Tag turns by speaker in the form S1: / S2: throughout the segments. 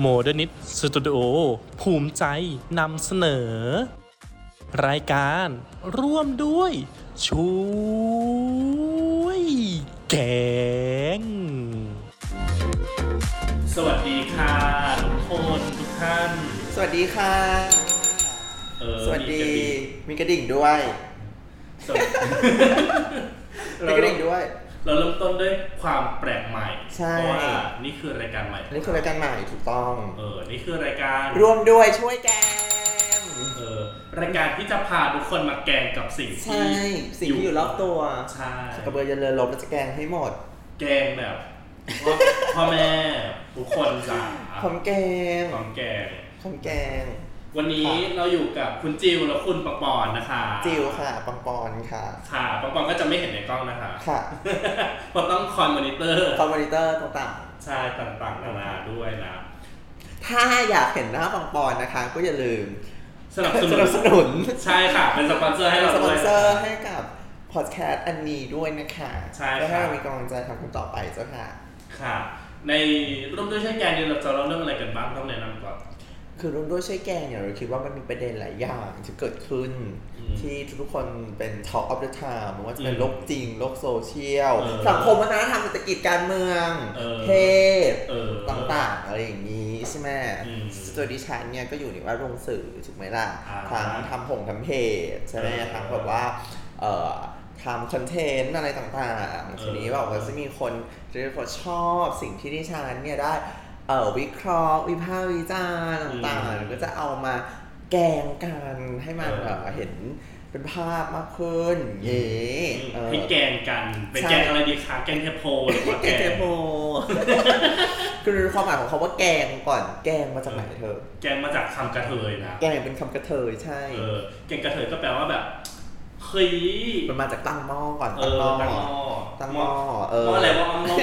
S1: โมเดิร์นิสสตูดิโอภูมิใจนำเสนอ รายการร่วมด้วย ช่วยแกง สวัสดีค่ะทุกคนทุกท่าน
S2: สวัสดีค่ะ
S1: เออ
S2: สวัสดี
S1: มี
S2: มีก
S1: กระดิ่ง
S2: ระดิ่งด้วย
S1: สวัสดี
S2: มี
S1: เรา
S2: กระ
S1: เริ่
S2: ดิ่
S1: ม
S2: งด้วย
S1: เราเริ่มต้นด้วยความแปลกใหม่
S2: ใช่
S1: เพราะว่านี่คือรายการใหม่
S2: อันนี้คือรายการใหม่ถูกต้อง
S1: เออ นี่คือรายการ
S2: ร่วมด้วยช่วยแกง
S1: เออ รายการที่จะพาทุกคนมาแกงกับสิ่ง
S2: ใช่
S1: ที่
S2: สิ่งที่อยู่รอบตัว
S1: ใช่
S2: กระเบือยันเรือลบเราจะแกงให้หมด
S1: แกงแบบว่าพ่อแม่ทุกคนจ๋า
S2: หอมแกง
S1: ของแกง
S2: หอมแกง
S1: วันนี้
S2: ค่ะ
S1: เราอยู่กับคุณจิวและคุณปองปอนนะคะ
S2: จิวค่ะปังปอนค่ะ
S1: ค่ะปองปอนก็จะไม่เห็นในกล้องนะคะ
S2: ค่ะ
S1: เพราะต้องคอยมอนิเตอร์
S2: คอมมอนิเตอร์ต่าง
S1: ใช่ต่างๆนานาด้วยนะ
S2: ๆ ถ้าอยากเห็นหน้าปังปอนนะคะ ก็อย่าลืม
S1: สนับส
S2: ส
S1: นุ
S2: นับส
S1: น
S2: นุน
S1: ใช่ค่ะ เป็นสปอนเซอร์ให้เรา
S2: สป
S1: ด้
S2: อ
S1: วน ย
S2: เซอร์ให้กับพอดแคสต์อันนี้ด้วยนะคะ
S1: ใช่
S2: แล้ว
S1: ครั
S2: ให้
S1: บ
S2: เรามีกำลังใจทำกันต่อไปเจ้าค่ะ
S1: ค่ะ ในร่วมด้วยช่วยแกงเนี่ยเราจะเล่าเรื่องอะไรกันบ้างต้องแนะนำก่อน
S2: คือร่วมด้วยช่วยแกงเนี่ยเราคิดว่ามันมีประเด็นหลายอย่างที่เกิดขึ้น
S1: อืม
S2: ที่ทุกคนเป็น talk of the town ไม่ว่าจะเป็
S1: อื
S2: น
S1: ม
S2: โลกจริง โลกโซเชียล
S1: เออ
S2: สังคมวัฒนธรรมเศรษฐกิจการเมือง
S1: เออ
S2: เพศ
S1: เออ
S2: ต่างๆ อะไรอย่างนี้ใช่ไหม
S1: อืม
S2: ตัวดิฉันเนี่ยก็อยู่ในว่าโรงสื่อถูกไหมล่ะ
S1: อ่า
S2: ทั้งทำผงทำเพจใช่ไหม
S1: เออ
S2: ทั้งแบบว่าเอ่อทำคอนเทนต์อะไรต่าง
S1: เออ
S2: ๆ ทีนี้แบบว่าจะมีคนจะมีคนชอบสิ่งที่ดิฉันเนี่ยได้ เอ่อวิเคราะห์วิพากษ์วิจารณ์ต่าง
S1: อืม
S2: ๆ ก็จะเอามาแกงกันให้มัน
S1: เออ
S2: แบบเห็นเป็นภาพมากขึ้นเย่เออ
S1: ให้แกงกันเป็น
S2: ใช่
S1: แกงอะไรดีคะแกงเทปโพหรือว่า
S2: แก
S1: แก
S2: งเท
S1: ง
S2: โม คือความหมายของคาว่าแกงก่อนแกงมาจากไหนเธอ
S1: แกงมาจากคำกระเทยนะ
S2: แกงเป็นคำกระเทยใช่
S1: เออแกงกระเทยก็แปลว่าแบบเฮ้ย
S2: มันมาจากตั้งหม้อก่อน
S1: เอ
S2: ตั้งห
S1: อ
S2: ม้อ
S1: ตั้งหม้อ
S2: ตั้งหม้อเอ
S1: ห
S2: อ
S1: ม้ออะไรว่าหม้อ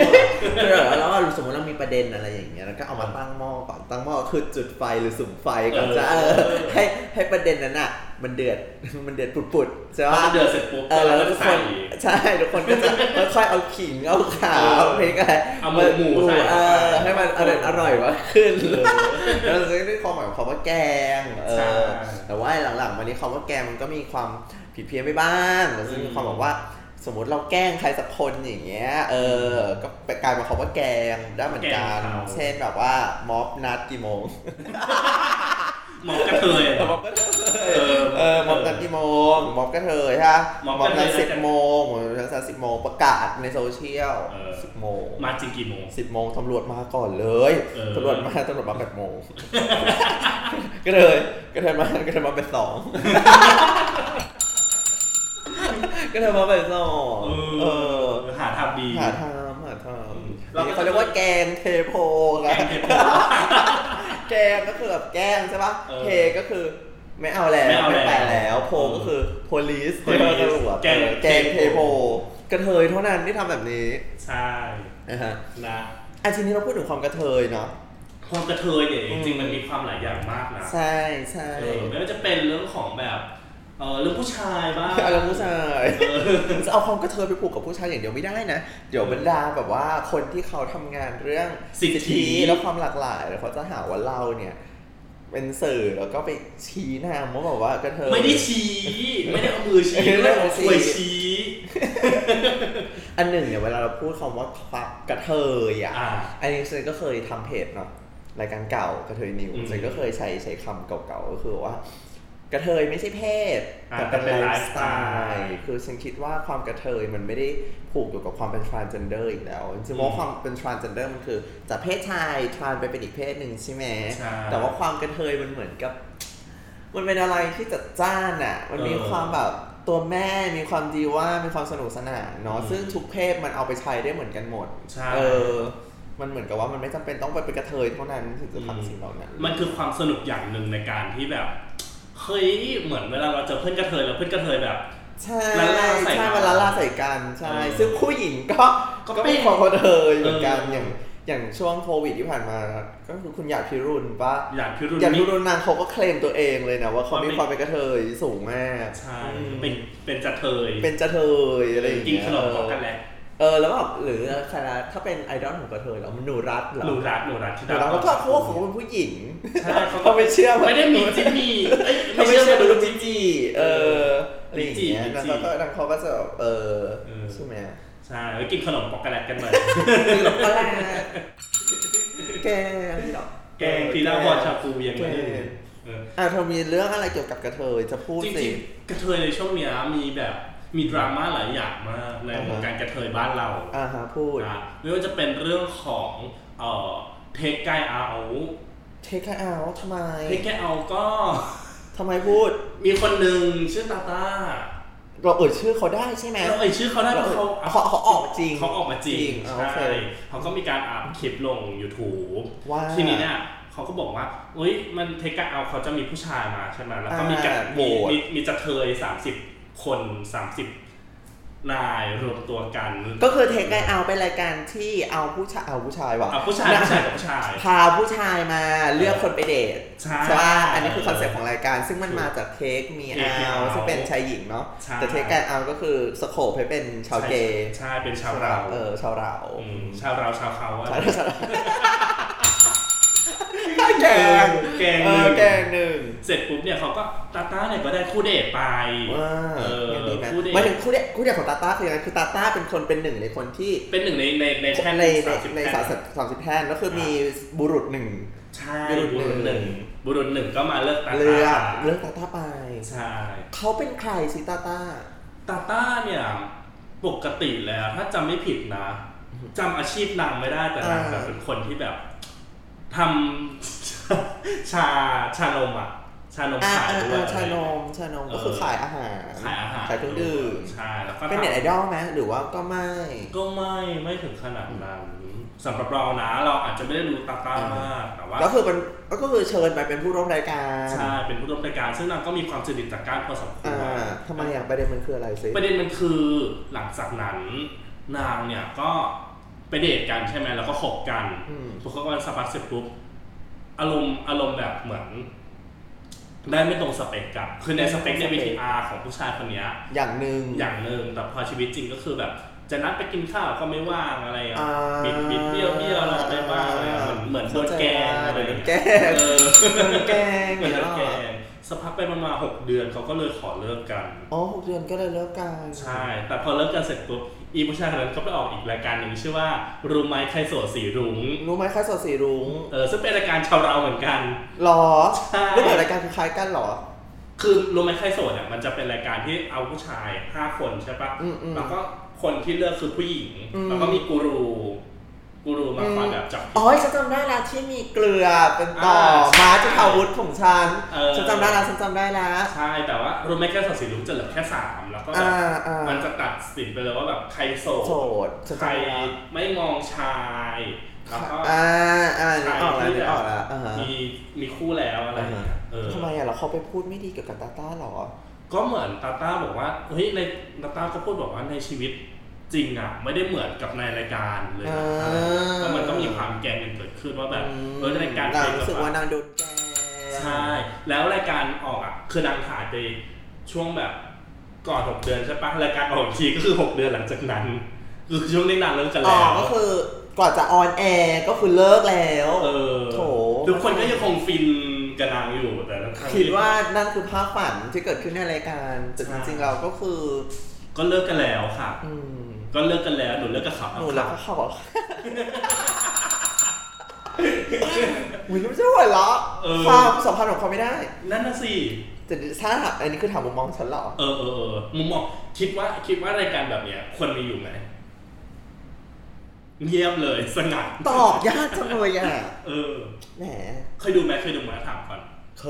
S2: เออแล้วก็สมมติเรามีประเด็นอะไรอย่างเงี้ยแล้วก็เอามาตั้งหม้อก่อนตั้งหม้อคือจุดไฟหรือสุมไฟก่อนจะเออให้ให้ประเด็นนั้นอ่ะ มันเดือ ดมันเดือดปุดๆใช่
S1: พอ
S2: ปะ
S1: มันเดือดเสร็จปุ๊บ
S2: เออ
S1: เรา
S2: แล้วทุ
S1: ก็จะ
S2: กค
S1: ใส่
S2: นใช่ทุกคนก็จะ ค่อยๆเอาขิงเอาขา
S1: เออ
S2: เอาพริกอะไร
S1: เอาหมูหมูใส่
S2: เออให้มันอร่อยอร่อยมากขึ้น
S1: เออ
S2: แล้วเราจะได้ความหมายของคำว่าแกงเอ
S1: ใช่
S2: อแต่ว่าหลังๆมานี้คำว่าแกงมันก็มีความผิดเพี้ยนไปบ้างมันจะมีความแบบว่าสมมติเราแกล้งใครสักคนอย่างเงี้ยเออก็กลายเป็นคำว่าแกงได้เหมือนกัน
S1: แกงเขา
S2: เช่นแบบว่าม็อบนัดกี่โมง
S1: หมอกระเทยอะ
S2: ม็อบก็เถย
S1: เออ
S2: เออม็อบนัดกี่โมงม็อบก็เถยใช่ปะ
S1: ม็อบ
S2: ม
S1: ก็
S2: อบ
S1: เท
S2: นั
S1: ย
S2: ด
S1: แล้ว
S2: สิบ
S1: แต่
S2: โมงมอบนัดสิบโมงประกาศในโซเชียล
S1: เออ
S2: สิบโมง
S1: มาจริงกี่โมง
S2: สิบโมงตำรวจมาก่อนเลย
S1: เออ
S2: ตำรวจมาตำรวจมาแปดโมง ก็เลยก็เลยมาก็เลยมาเป็นสอง ก็เลยมาเป็นสอง
S1: เอ
S2: เออ
S1: อหาทำดี
S2: หาทำหาทำ
S1: เราก็
S2: นี่เขาเรียกว่าแกงเทโพ
S1: แก
S2: นะ
S1: งเทปโพ
S2: แกงก็คือแบบแกงใช่ปะ
S1: เออ
S2: เทก็คือไม่เอาแล้ว
S1: ไม่เอาแล้ว
S2: แปะแล้วโพก็คือ police เทพตำรวจ
S1: แกง
S2: แกงเทโพ กระเทยเท่านั้นที่ทำแบบนี้
S1: ใช่
S2: นะฮะ
S1: นะ
S2: อันทีนี้เราพูดถึงความกระเทยเนาะ
S1: ความกระเทยเนี่ยจ
S2: อืม
S1: ริงๆมันมีความหลายอย่างมากนะ
S2: ใช่ใช่
S1: เออไม่ว่าจะเป็นเรื่องของแบบเออเรื่องผู้ชายบ้าง
S2: เอารมณ์ผู้ชายจะเอาความกระเทยไปผูกกับผู้ชายอย่างเดียวไม่ได้นะ เดี๋ยวบรรดาแบบว่าคนที่เขาทำงานเรื่อง
S1: สิทธิ
S2: และความหลากหลายแล้วเขาจะหาว่าเราเนี่ย เป็นสื่อแล้วก็ไปชี้หน้าว่าแบบว่ากระเทย
S1: ไม่ได้ ชี้ไม่ได้เอามือชี้
S2: ไม่
S1: ไม่
S2: ได้
S1: ได้
S2: เอามือชี้
S1: เอาถ้วยชี้
S2: อันหนึ่งเนี่ยเวลาเราพูดคำว่าความกระเทยอ่ะ
S1: อ่า
S2: อันนี้ฉันก็เคยทำเพจเนาะรายการเก่ากระเทยนิว
S1: อืม
S2: ฉันก็เคยใช้ใช้คำเก่าๆก็คือว่า กระเทยไม่ใช่เพศ
S1: อ่า
S2: แต่เป็น
S1: แต่เป็น
S2: ไลฟ์สไต
S1: lifestyle
S2: ล์คือฉันคิดว่าความกระเทยมันไม่ได้ผูกอยู่กับความเป็น transgender อีกแล้วจริงๆว่าความเป็น transgender มันคือจากเพศชาย trans ไปเป็นอีกเพศหนึ่งใช่ไหม
S1: ใช่
S2: แต่ว่าความกระเทยมันเหมือนกับ มันเป็นอะไรที่จัดจ้านอ่ะ มันมี
S1: เออ
S2: ความแบบตัวแม่มีความดีว่ามีความสนุกสนานเนาะ
S1: อืม
S2: ซึ่งทุกเพศมันเอาไปใช้ได้เหมือนกันหมด
S1: ใช่
S2: เออ มันเหมือนกับว่ามันไม่จำเป็นต้องไปเป็นกระเทยเท่านั้นถึงจะทำสิ่งเหล่านั้น
S1: มันคือความสนุกอย่างหนึ่งในการที่แบบเฮ้ยเหมือนเวลาเราเจอเพื่อนกระเทยแล้วเพื่อนกระเทยแบบ
S2: ใช่
S1: ละลายใส่
S2: ใช่
S1: กัน
S2: มันละลายใส่กันใช่
S1: เออ
S2: ซึ่งผู้หญิงก็
S1: ก็
S2: ก็
S1: เป็
S2: เป็น นของคนเธอเหมือนกัน
S1: เออ
S2: อ
S1: อ
S2: ย่างอย่างช่วงโควิดที่ผ่านมา ก็คือคุณหยาดพิรุณปะ
S1: อยากพิรุณ
S2: หยาด
S1: นิ
S2: พิ
S1: ด
S2: รุณนางเขาก็เคลมตัวเองเลยนะว่าเขา
S1: ว่าเป็
S2: มี
S1: น
S2: ความเป็นกระเทยสูงมาก
S1: ใช่
S2: อืม
S1: เป็นเป็นจะเทย
S2: เป็นกระเทยอะไรอย่าง
S1: กิน
S2: เงี้ย
S1: ขนมของกันแหละ
S2: เ เออแล้วแบบหรือคณะถ้าเป็นไอดอลของกระเทยเหรอมันหนูรัตเหรอ
S1: หนูรักหนูรักชิ
S2: ห
S1: ดา
S2: นูรัตเขาก็พูดของเป็นผู้หญิง
S1: ใช่เขาก็
S2: เขาไปเชื่อมัน
S1: ไม่ได้มีจิมมี่เอ้ย
S2: เขา
S1: ไม่
S2: ไป
S1: ใช่
S2: เชื่อ
S1: ม
S2: มัน
S1: นุษย์
S2: จีจีเอออะไรอย่างเงี้ย
S1: จีจี
S2: แล้วก็นางเขาก็จะแบบเออ
S1: เออ
S2: ใช่ไหม
S1: ใช่แล้วกินขนมป๊อกโกแลตกันเหมือน
S2: หนูรัตแกพี่ดอก
S1: แกงพีนาบอลชาฟูยังไง
S2: แกง
S1: เออ
S2: อ่ะเธอมีเรื่องอะไรเกี่ยวกับกระเทยจะพูด
S1: จริง
S2: สิ
S1: ๆกระเทยในช่วงเนี้ยมีแบบมีดราม่าหลายอย่างมากใน
S2: อ่าฮะ
S1: วงการกระเทยบ้านเรา
S2: อ่าฮะพูด
S1: นะไม่ว่าจะเป็นเรื่องของเอ่อเทคไกเอา
S2: เทคแคเอาทำไม
S1: เทคไกเอาก็
S2: ทำไมพูด
S1: มีคนหนึ่งชื่อตาตา
S2: เราเอ่ยชื่อเขาได้ใช่ไหม
S1: เราเอ่ยชื่อเขาได้เพ
S2: เรา
S1: ราะเขา
S2: เขาเขาออกจริง
S1: เขาออกมาจริ
S2: จริ
S1: ง
S2: งอ่า
S1: ใช่
S2: โอเค
S1: เขาก็มีการอัพคลิปลง YouTube
S2: ว่า
S1: ทีนี้เนี่ยเขาก็บอกว่าเอ้ยมันเทคไกเอาเขาจะมีผู้ชายมาใช่ไหมแล้วก็มีการ
S2: อ่าโหวต
S1: มีมีมีจะเทยสามสิบคนสามสิบนายรวมตัวกัน
S2: ก็คือเทคไงเอาเป็นรายการที่เอาผู้ชายเอาผู้ชายว่ะ
S1: เอาผู้ชาย
S2: นะ
S1: ผู้ชายกับผู้ชาย
S2: พาผู้ชายมาเลือกคนไปเดท
S1: ใช่
S2: ว่าอันนี้คือคอนเซ็ปต์ของรายการ ซึ่งมันมาจากเทคมี
S1: เทคมี
S2: เอา
S1: เอา
S2: ซึ่งเป็นชายหญิงเนาะ
S1: ใช่
S2: แต่เทคไงเอาก็คือสโคปให้เป็นชาวเกย์
S1: ใช่เป็นชาวเรา
S2: เออชาวเรา
S1: มชาวเราชาวเขาอะ
S2: ชาวเราชาวเราแกง
S1: แกง
S2: เออ
S1: หนึ่
S2: ง แกงหนึ่ง
S1: เสร็จปุ๊บเนี่ยเขาก็ตาตาเนี่ยก็ได้คู่เดทไป
S2: ว่า
S1: เออ
S2: งั้นดีไหม
S1: คู่เดท
S2: หมายถึงคู่เดทคู่เดทของตาต้าคือยังไงคือตาต้าเป็นคนเป็นหนึ่งในคนที่
S1: เป็นหนึ่งในในในแท่น
S2: ในใน
S1: สามสิบ
S2: ใน
S1: แท่น
S2: สามสิบสามสิบแท่นก็คือมีบุรุษหนึ่ง
S1: ใช่
S2: บุรุษ
S1: บุรุษห
S2: หนึ่
S1: นึ่ง
S2: ง
S1: บุรุษหนึ่งก็มาเลือกตา
S2: เลือ
S1: ตาก
S2: เลือกตาต้าไป
S1: ใช่
S2: เขาเป็นใครสิตาต้า
S1: ตาต้าเนี่ยปกติแล้วถ้าจำไม่ผิดนะจำอาชีพนางไม่ได้แต่นาง
S2: อ่า
S1: แบบเป็นคนที่แบบทำ ชาชานมอ่ะ ชานม
S2: อ่า
S1: ขาย
S2: อ่า
S1: ด้วย
S2: อ่าชานมชานม
S1: เออ
S2: ก็คือขายอาหาร
S1: ขายอาหาร
S2: ขายเครื่องดื่ม
S1: ใช่แล้วก็
S2: เป็นเน็ตไอ
S1: ทำ
S2: ดอลไหมหรือว่าก็ไม่
S1: ก็ไม่ไม่ถึงขนาดนั้นสำหรับเรานะเราอาจจะไม่ได้รู้ตาต้า
S2: อ่าม
S1: มากแต่ว่า
S2: แล้วคือมันก็คือเชิญไปเป็นผู้ร่วมรายการ
S1: ใช่เป็นผู้ร่วมรายการซึ่งนางก็มีความสนิทจากการพอสมคว
S2: อ่าร ทำไมอ่ะประเด็นมันคืออะไรสิ
S1: ประเด็นมันคือหลังจากนั้นนางเนี่ยก็ไปเดทกันใช่ไหมแล้วก็คบกัน
S2: อืม
S1: พอคบกันสักพักเสร็จปุ๊บอารมณ์อารมณ์แบบเหมือน ได้ไม่ตรงสเปคกับคือในสเปคใน VTR ของผู้ชายคนเนี้ย
S2: อย่างหนึ่ง
S1: อย่างหนึ่งแต่พอชีวิตจริงก็คือแบบ จะนัดไปกินข้าวก็ไม่ว่างอะไรอ่ะ
S2: อ่า
S1: บิดบิดเบี้ยวเบี้ยวอะไรไม่ว่างอะไรอะเหมือนเหมือนโดนแกล้งอะไรอย่าง
S2: โด
S1: เงี้ย
S2: นแกล้ง
S1: เออ
S2: โดนแกง
S1: เหมือนโดนแกล้
S2: เหรอง
S1: สักพักไปประมาณหกเดือนเขาก็เลยขอเลิกกัน
S2: อ๋อหกเดือนก็เลยเลิกกัน
S1: ใช่ แต่พอเลิกกันเสร็จปุ๊บ อีผู้ชายคนนั้นก็ไปออกอีกรายการหนึ่งชื่อว่ารูมไมค์ใครโสดสีรุ้ง
S2: รู้ไหมค่าสดสีรุ้ง
S1: เออ ซึ่งเป็นรายการชาวเราเหมือนกัน
S2: หรอ
S1: ใช่
S2: รูปแบบรายการคล้ายๆกันหรอ
S1: คือรูมไมค์ใครโสดเนี่ยมันจะเป็นรายการที่เอาผู้ชาย 5 คนใช่ปะ
S2: อืมอืม
S1: แล้วก็คนที่เลือกคือผู้หญิง
S2: อืม
S1: แล้วก็มีกูรู กูรูมาคอยแบบจับ
S2: อ๋อฉันจำได้แล้วที่มีเกลือเป็นต่อ
S1: อ่า
S2: ม้าจุฑาวุธของฉัน
S1: เออ
S2: ฉันจำได้แล้วฉันจำได้แล้ว
S1: ใช่ แต่ว่ารูมไมค์ใครโสดสีรุ้งจะเหลือแค่ 3 แล้วก็แบบ
S2: อ่าอ่ามั
S1: มันจะตัดสินไปเลยว่าแบบใครโส
S2: โสด
S1: ด
S2: ฉัน
S1: ใคร
S2: จำได้แล้ว
S1: ไม่มองชาย แล้วก็
S2: อ่าอ่านึกออกแล้ว
S1: ที่
S2: นึกอ
S1: แบบอก
S2: แล้วอ่าฮะ
S1: มีมีคู่แล้วอะไรอย่างเงี้ยเออ
S2: ทำไมอ่ะเหราเขาไปพูดไม่ดีเกี่ยวกับตาต้าหรอ
S1: ก็เหมือนตาต้าบอกว่าเฮ้ยในตาต้าก็พูดบอกว่าในชีวิตจริงอ่ะไม่ได้เหมือนกับในรายการเลยนะ
S2: อ่า
S1: ก็มันก็มีความแกล้งกันเกิดขึ้นว่าแบบเออในรายการ
S2: นาง
S1: เป็น
S2: รู้สึก
S1: แบ
S2: ว่า
S1: บ
S2: นางโดนแก
S1: ใช่แล้วรายการออกอ่ะคือนางถ่ายไปช่วงแบบก่อนหกเดือนใช่ปะรายการออกอีกทีก็คือหกเดือนหลังจากนั้นคือช่วงนี้นางเลิกกัน
S2: อ๋อ
S1: แล้ว
S2: ก็คือกว่าจะออนแอร์ก็คือเลิกแล้ว
S1: เออ
S2: โถ
S1: ทุกคนก็ยังคงฟินกับนางอยู่แต่ทั้งๆที่
S2: คิดว่านั่นคือภาพฝันที่เกิดขึ้นในรายการแต่
S1: ใช่
S2: จริงๆเราก็คือ
S1: ก็เลิกกันแล้วค่ะ
S2: อืม
S1: ก็เลิกกันแล้วหนูเลิกกับเขา
S2: หนูรักเขา อะวินไม่ใช่หัวเราะความสัมพันธ์ของเขาไม่ได้
S1: นั่นน่ะสิ
S2: แต่ถ้าถามอันนี้คือถามมุมมองฉันเหรอ
S1: เออเออเออมุมมองคิดว่าคิดว่ารายการแบบเนี้ยควรมีอยู่ไหมเงียบเลยสงัด
S2: ตอบยากจังเลยอ่ะ
S1: เออ
S2: แหม
S1: เคยดูไหมเคยดูไหมถามก่อน
S2: เค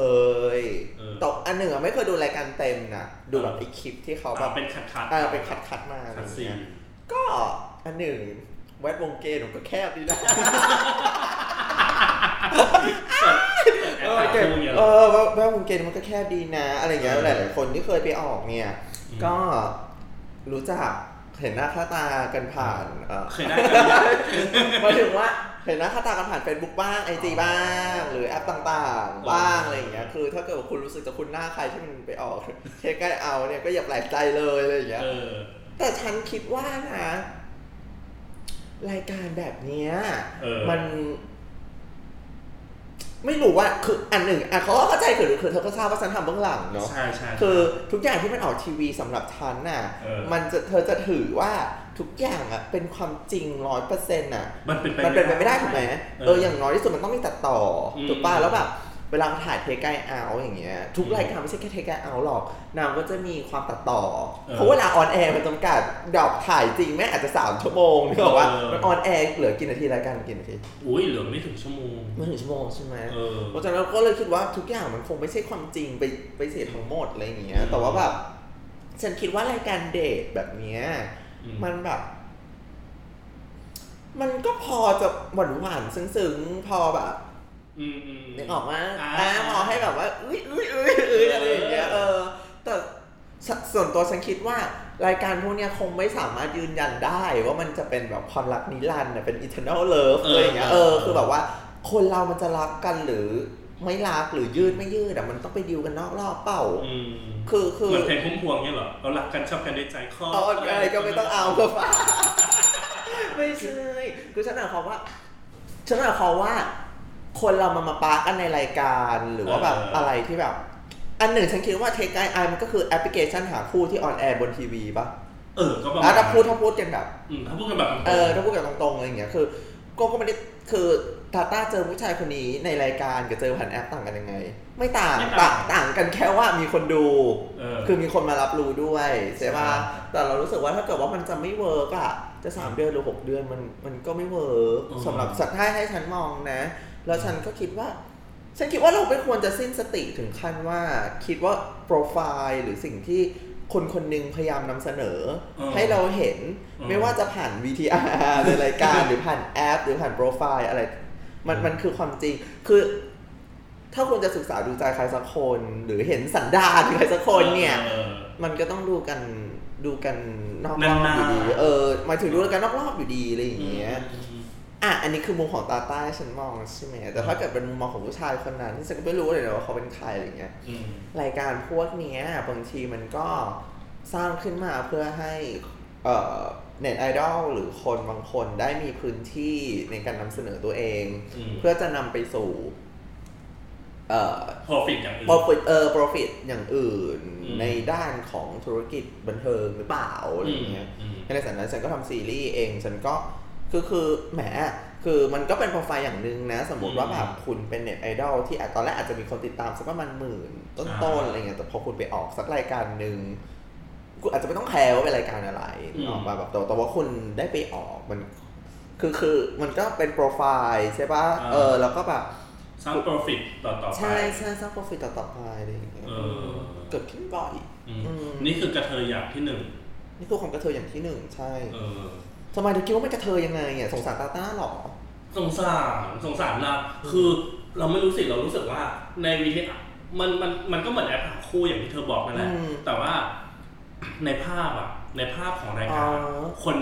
S2: ย
S1: เออ
S2: ตอบอันหนึ่งอะไม่เคยดูรายการเต็มนะดูแบบไอีกคลิปที่เขาแบ
S1: อ่า
S2: บ
S1: เป็นขัดขัด
S2: เออไปคัดคัดๆมาอะไร
S1: ขัดซี
S2: เงี้
S1: น
S2: ยก็อันหนึ่งแวดวงเกย์หนูก็แคบดีนะ
S1: แอ
S2: เอบ อ
S1: ถาม
S2: เก็บ
S1: คู่เนี่ยเหร
S2: เอ
S1: อ
S2: อว่าว่าคุณเกณฑ์มันก็แคบดีนะ อะไรอย่างเงี้ย
S1: เออ
S2: หลายๆคนที่เคยไปออกเนี่ย
S1: อืม
S2: ก็รู้จักเห็นหน้าค่าตากันผ่านเออ
S1: เคยได้กันไหม
S2: หมายถึงว่าเห็นหน้าค่าตากันผ่าน Facebook บ้างไอจีบ้าง หรือแอปต่าง
S1: เออ
S2: ๆ บ้างอะไรอย่างเงี้ยคือ ถ้าเกิดว่าคุณรู้สึกจะคุณหน้าใครที่มันไปออก เทคใกล้เอาเนี่ยก็อย่าแปลกใจเลยอะไรอย่างเงี้ย
S1: เออ
S2: แต่ฉันคิดว่านะ รายการแบบเนี้ย
S1: เออ
S2: มัน ไม่รู้ว่าคืออันหนึ่งอ่ะเขาก็เข้าใจคือคือเธอก็ทราบว่าฉันทำเบื้องหลังเนาะ
S1: ใช่ใช่
S2: คือทุกอย่างที่มันออกทีวีสำหรับฉันน่ะ
S1: เออ
S2: มันจะเธอจะถือว่าทุกอย่างอ่ะเป็นความจริงร้อยเปอร์เซ็นต์อ่ะ
S1: มันเป็นไป
S2: มันเป็นไปไม่ได้ถูกไหม
S1: เออ
S2: เอออย่างน้อยที่สุดมันต้องมีตัดต่ออ
S1: ม
S2: ถูกป่ะแล้วแบบเวลาถ่ายเทกไกเอาอย่างเงี้ยทุก
S1: อืม
S2: รายการไม่ใช่แค่เทกไกเอาหรอกนางก็จะมีความตัดต่อ
S1: เออ
S2: เพราะเวลาออนแอร์มันจำกัดดอกถ่ายจริงแม่อาจจะ 3 ชั่วโมงนี่บอกว่า
S1: เออ
S2: มันออนแอร์เหลือกี่นาทีรายการกี่นาที
S1: อุ้ยเหลือไม่ถึงชั่วโมง
S2: ไม่ถึงชั่วโมงใช่ไหม
S1: เออ
S2: เพราะฉะนั้นเราก็เลยคิดว่าทุกอย่างมันคงไม่ใช่ความจริงไปไปเสียทั้งหมดอะไรอย่างเงี้ย
S1: อืม
S2: แต่ว่าแบบฉันคิดว่ารายการเดทแบบเนี้ย
S1: อื
S2: มันแบบ มันก็พอจะหวานหวานๆซึ้งๆ พอแบบ
S1: อืมอืมม
S2: นึกออกมา
S1: อ่า
S2: อ่าพอให้แบบว่า อุ้ยอุ้ยอุ้ยอุ้ยอะไรอย่างเงี้ย เออ แต่สส่วนตัวฉันคิดว่ารายการพวกเนี้ยคงไม่สามารถยืนยันได้ ว่ามันจะเป็นแบบความรักนิรันดร์น่ะเป็น eternal love
S1: เอออ
S2: อะไรอย่างเงี้ย เออ
S1: เออ
S2: คือแบบว่า คนเรามันจะรักกันหรือไม่รักหรือยืดไม่ยืดอ่ะมันต้องไปดิวกันนอกรอบเปล่า
S1: อืม
S2: คือคือ
S1: เหมือนเพลงพุ่มพวงเนี่ยเหรอเรารักกันชอบกันด้วยใจข้อ
S2: เอาอะไรก็ไม่ต้องเอาก็ ไม่ใช่คือฉันหมายความว่าฉันหมายความว่า คนเรามันมาปากันในรายการหรือว่าแบบอะไรที่แบบ อันหนึ่งฉันคิดว่าเทคไอมันก็คือแอปพลิเคชันหาคู่ที่ออนแอร์บนทีวีปะ
S1: เออก็ประมา
S2: อ่ะ
S1: ณ
S2: ถ้าพูดถ้าพูดกันแบบ
S1: อืมถ้าพูดกันแบบ
S2: เออถ้าพูดกันตรงๆอะไรอย่างเงี้ยคือก็ก็ไม่ได้คือตาต้าเจอผู้ชายคนนี้ในรายการกับเจอผ่านแอปต่างกันยังไง ไม่ต่างต่างต่างกันแค่ว่ามีคนดู
S1: เออ
S2: คือมีคนมารับรู้ด้วยใช่ป่ะ
S1: ใช่
S2: แต่เรารู้สึกว่าถ้าเกิดว่ามันจะไม่เวิร์กอะจะสามเดือนหรือหกเดือนมันมันก็ไม่เวิร์กสำหรับสัตว์ให้ให้ฉันมองนะ แล้วฉันก็คิดว่า ฉันคิดว่าเราไม่ควรจะสิ้นสติถึงขั้นว่าคิดว่าโปรไฟล์หรือสิ่งที่คนคนหนึงพยายามนำเสนอ
S1: เออ
S2: ให้เราเห็น
S1: เออ
S2: ไม่ว่าจะผ่าน VTR ในรายการ หรือผ่านแอป หรือผ่านโปรไฟล์อะไร มัน
S1: อืม
S2: มันคือความจริงคือ ถ้าคุณจะศึกษาดูใจใครสักคน หรือเห็นสันดานใครสักคนเนี่ย
S1: ออ
S2: มันก็ต้องดูกันดูกันนอกร
S1: นา
S2: อบอ
S1: นๆ
S2: ยู่ดีเออหมายถึงดูกันนอกรอบอยู่ดีอะไรอย่างเงี้ย
S1: อืม
S2: อ่ะอันนี้คือมุมของตาต้าที่ฉันมองใช่ไหมแต่ถ้าเกิดเป็นมุมมองของผู้ชายคนนั้นที่ฉันก็ไม่รู้เลยนะว่าเขาเป็นใครอะไรอย่างเงี้ย
S1: อืม
S2: รายการพวกเนี้ยบางทีมันก็สร้างขึ้นมาเพื่อให้เอ่อเน็ตไอดอลหรือคนบางคนได้มีพื้นที่ในการนำเสนอตัวเอง
S1: อืม
S2: เพื่อจะนำไปสู่เอ่อ
S1: พอฟิตอย่างอื่น
S2: โปรฟิตเออ profit อย่างอื่น
S1: อืม
S2: ในด้านของธุรกิจบันเทิงหรือเปล่าอะไร
S1: อื
S2: อ
S1: ม
S2: ย่างเงี้ย
S1: อืม
S2: ในสถานะฉันก็ทำซีรีส์เอง ฉันก็คือคือแหมคือมันก็เป็นโปรไฟล์อย่างหนึ่งนะ สมมติว่า
S1: อืม
S2: แบบคุณเป็นเน็ตไอดอลที่อาจตอนแรกอาจจะมีคนติดตามสักประมาณหมื่นต้
S1: อ่าน
S2: ๆอะไรเงี้ยแต่พอคุณไปออกสักรายการหนึ่งคุณอาจจะไม่ต้องแคร์ว่าเป็นรายการอะไร
S1: อืม
S2: ออกมาแบบแต่แต่ว่าคุณได้ไปออกมัน คือคือมันก็เป็นโปรไฟล์ใช่ปะเออแล้วก็แบบ
S1: สร้างโปรฟิตต่อต่อไป
S2: ใช่ใช่สร้าง profit ต่อต่อไปอะไรอย่างเงี้ย
S1: เออ
S2: เกิดขึ้นบ่อย
S1: อืม
S2: อืม
S1: นี่คือกระเทยอย่างที่หนึ่ง
S2: นี่คือความกระเทยอย่างที่หนึ่งใช่
S1: เออ
S2: ทำไมถึงคิดว่าไม่กระเทยยังไงอ่ะสงสารตาต้าหรอ
S1: สงสารสงสารนะคือเราไม่รู้สิเรารู้สึกว่าในวิธีมันมันมันก็เหมือนแอปหาคู่อย่างที่เธอบอกนั่นแหละ
S2: อืม
S1: แต่ว่าในภาพอะในภาพของรายการอะ
S2: อ๋อ
S1: คน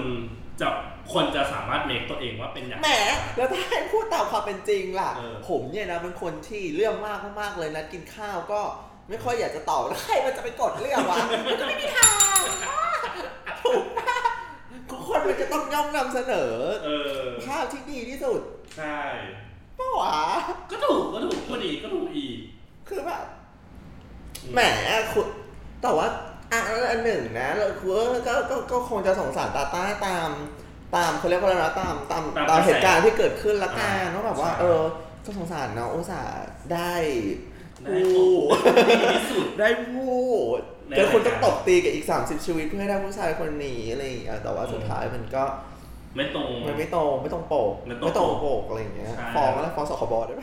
S1: จะคนจะสามารถเมคตัวเองว่าเป็นอย่าง
S2: แหมแล้วถ้าให้พูดตามความเป็นจริงล่ะ
S1: เออ
S2: ผมเนี่ยนะเป็นคนที่เรื่องมากมากๆเลยนะกินข้าวก็ไม่ค่อยอยากจะตอบแล้วใครมันจะไปกดเรื่อง วะมันก็ไม่มีทาง ถูกปะทุกคนมันจะต้องย่อมนำเสนอ
S1: เออ
S2: ภาพที่ดีที่สุด
S1: ใช่
S2: ปะวะ
S1: ก็ถูกก็ถูกก็ดีก็ถูก อีก
S2: คือแบบ แหมคุณแต่ว่าอ่ะอันหนึ่งนะเราคือก็ก็ก็คงจะสงสารตาต้าตาม ตามเขาเรียกว่าอะไรนะตามตามตามเหตุการณ์ที่เกิดขึ้นละกันว่าแบบว่า เออ ก็สงสารเนาะอุตส่าห์ได้
S1: ได้
S2: ผู้
S1: คู่ดีที่สุด
S2: ได้ผู้เจอคนต้องตบตีกับอีก 30 ชีวิตเพื่อให้ได้ผู้ชายคนนี้อะไรอย่างเงี้ยแต่ว่าสุดท้ายมันก็
S1: ไม่ตรง
S2: มันไม่ตรงไม่ตรงโปก
S1: ไม่ตรง
S2: ไม่ตรงโปกอะไรอย่างเงี้ย
S1: ใช่
S2: ฟ้องแล้วฟ้องสคบ ได้ไหม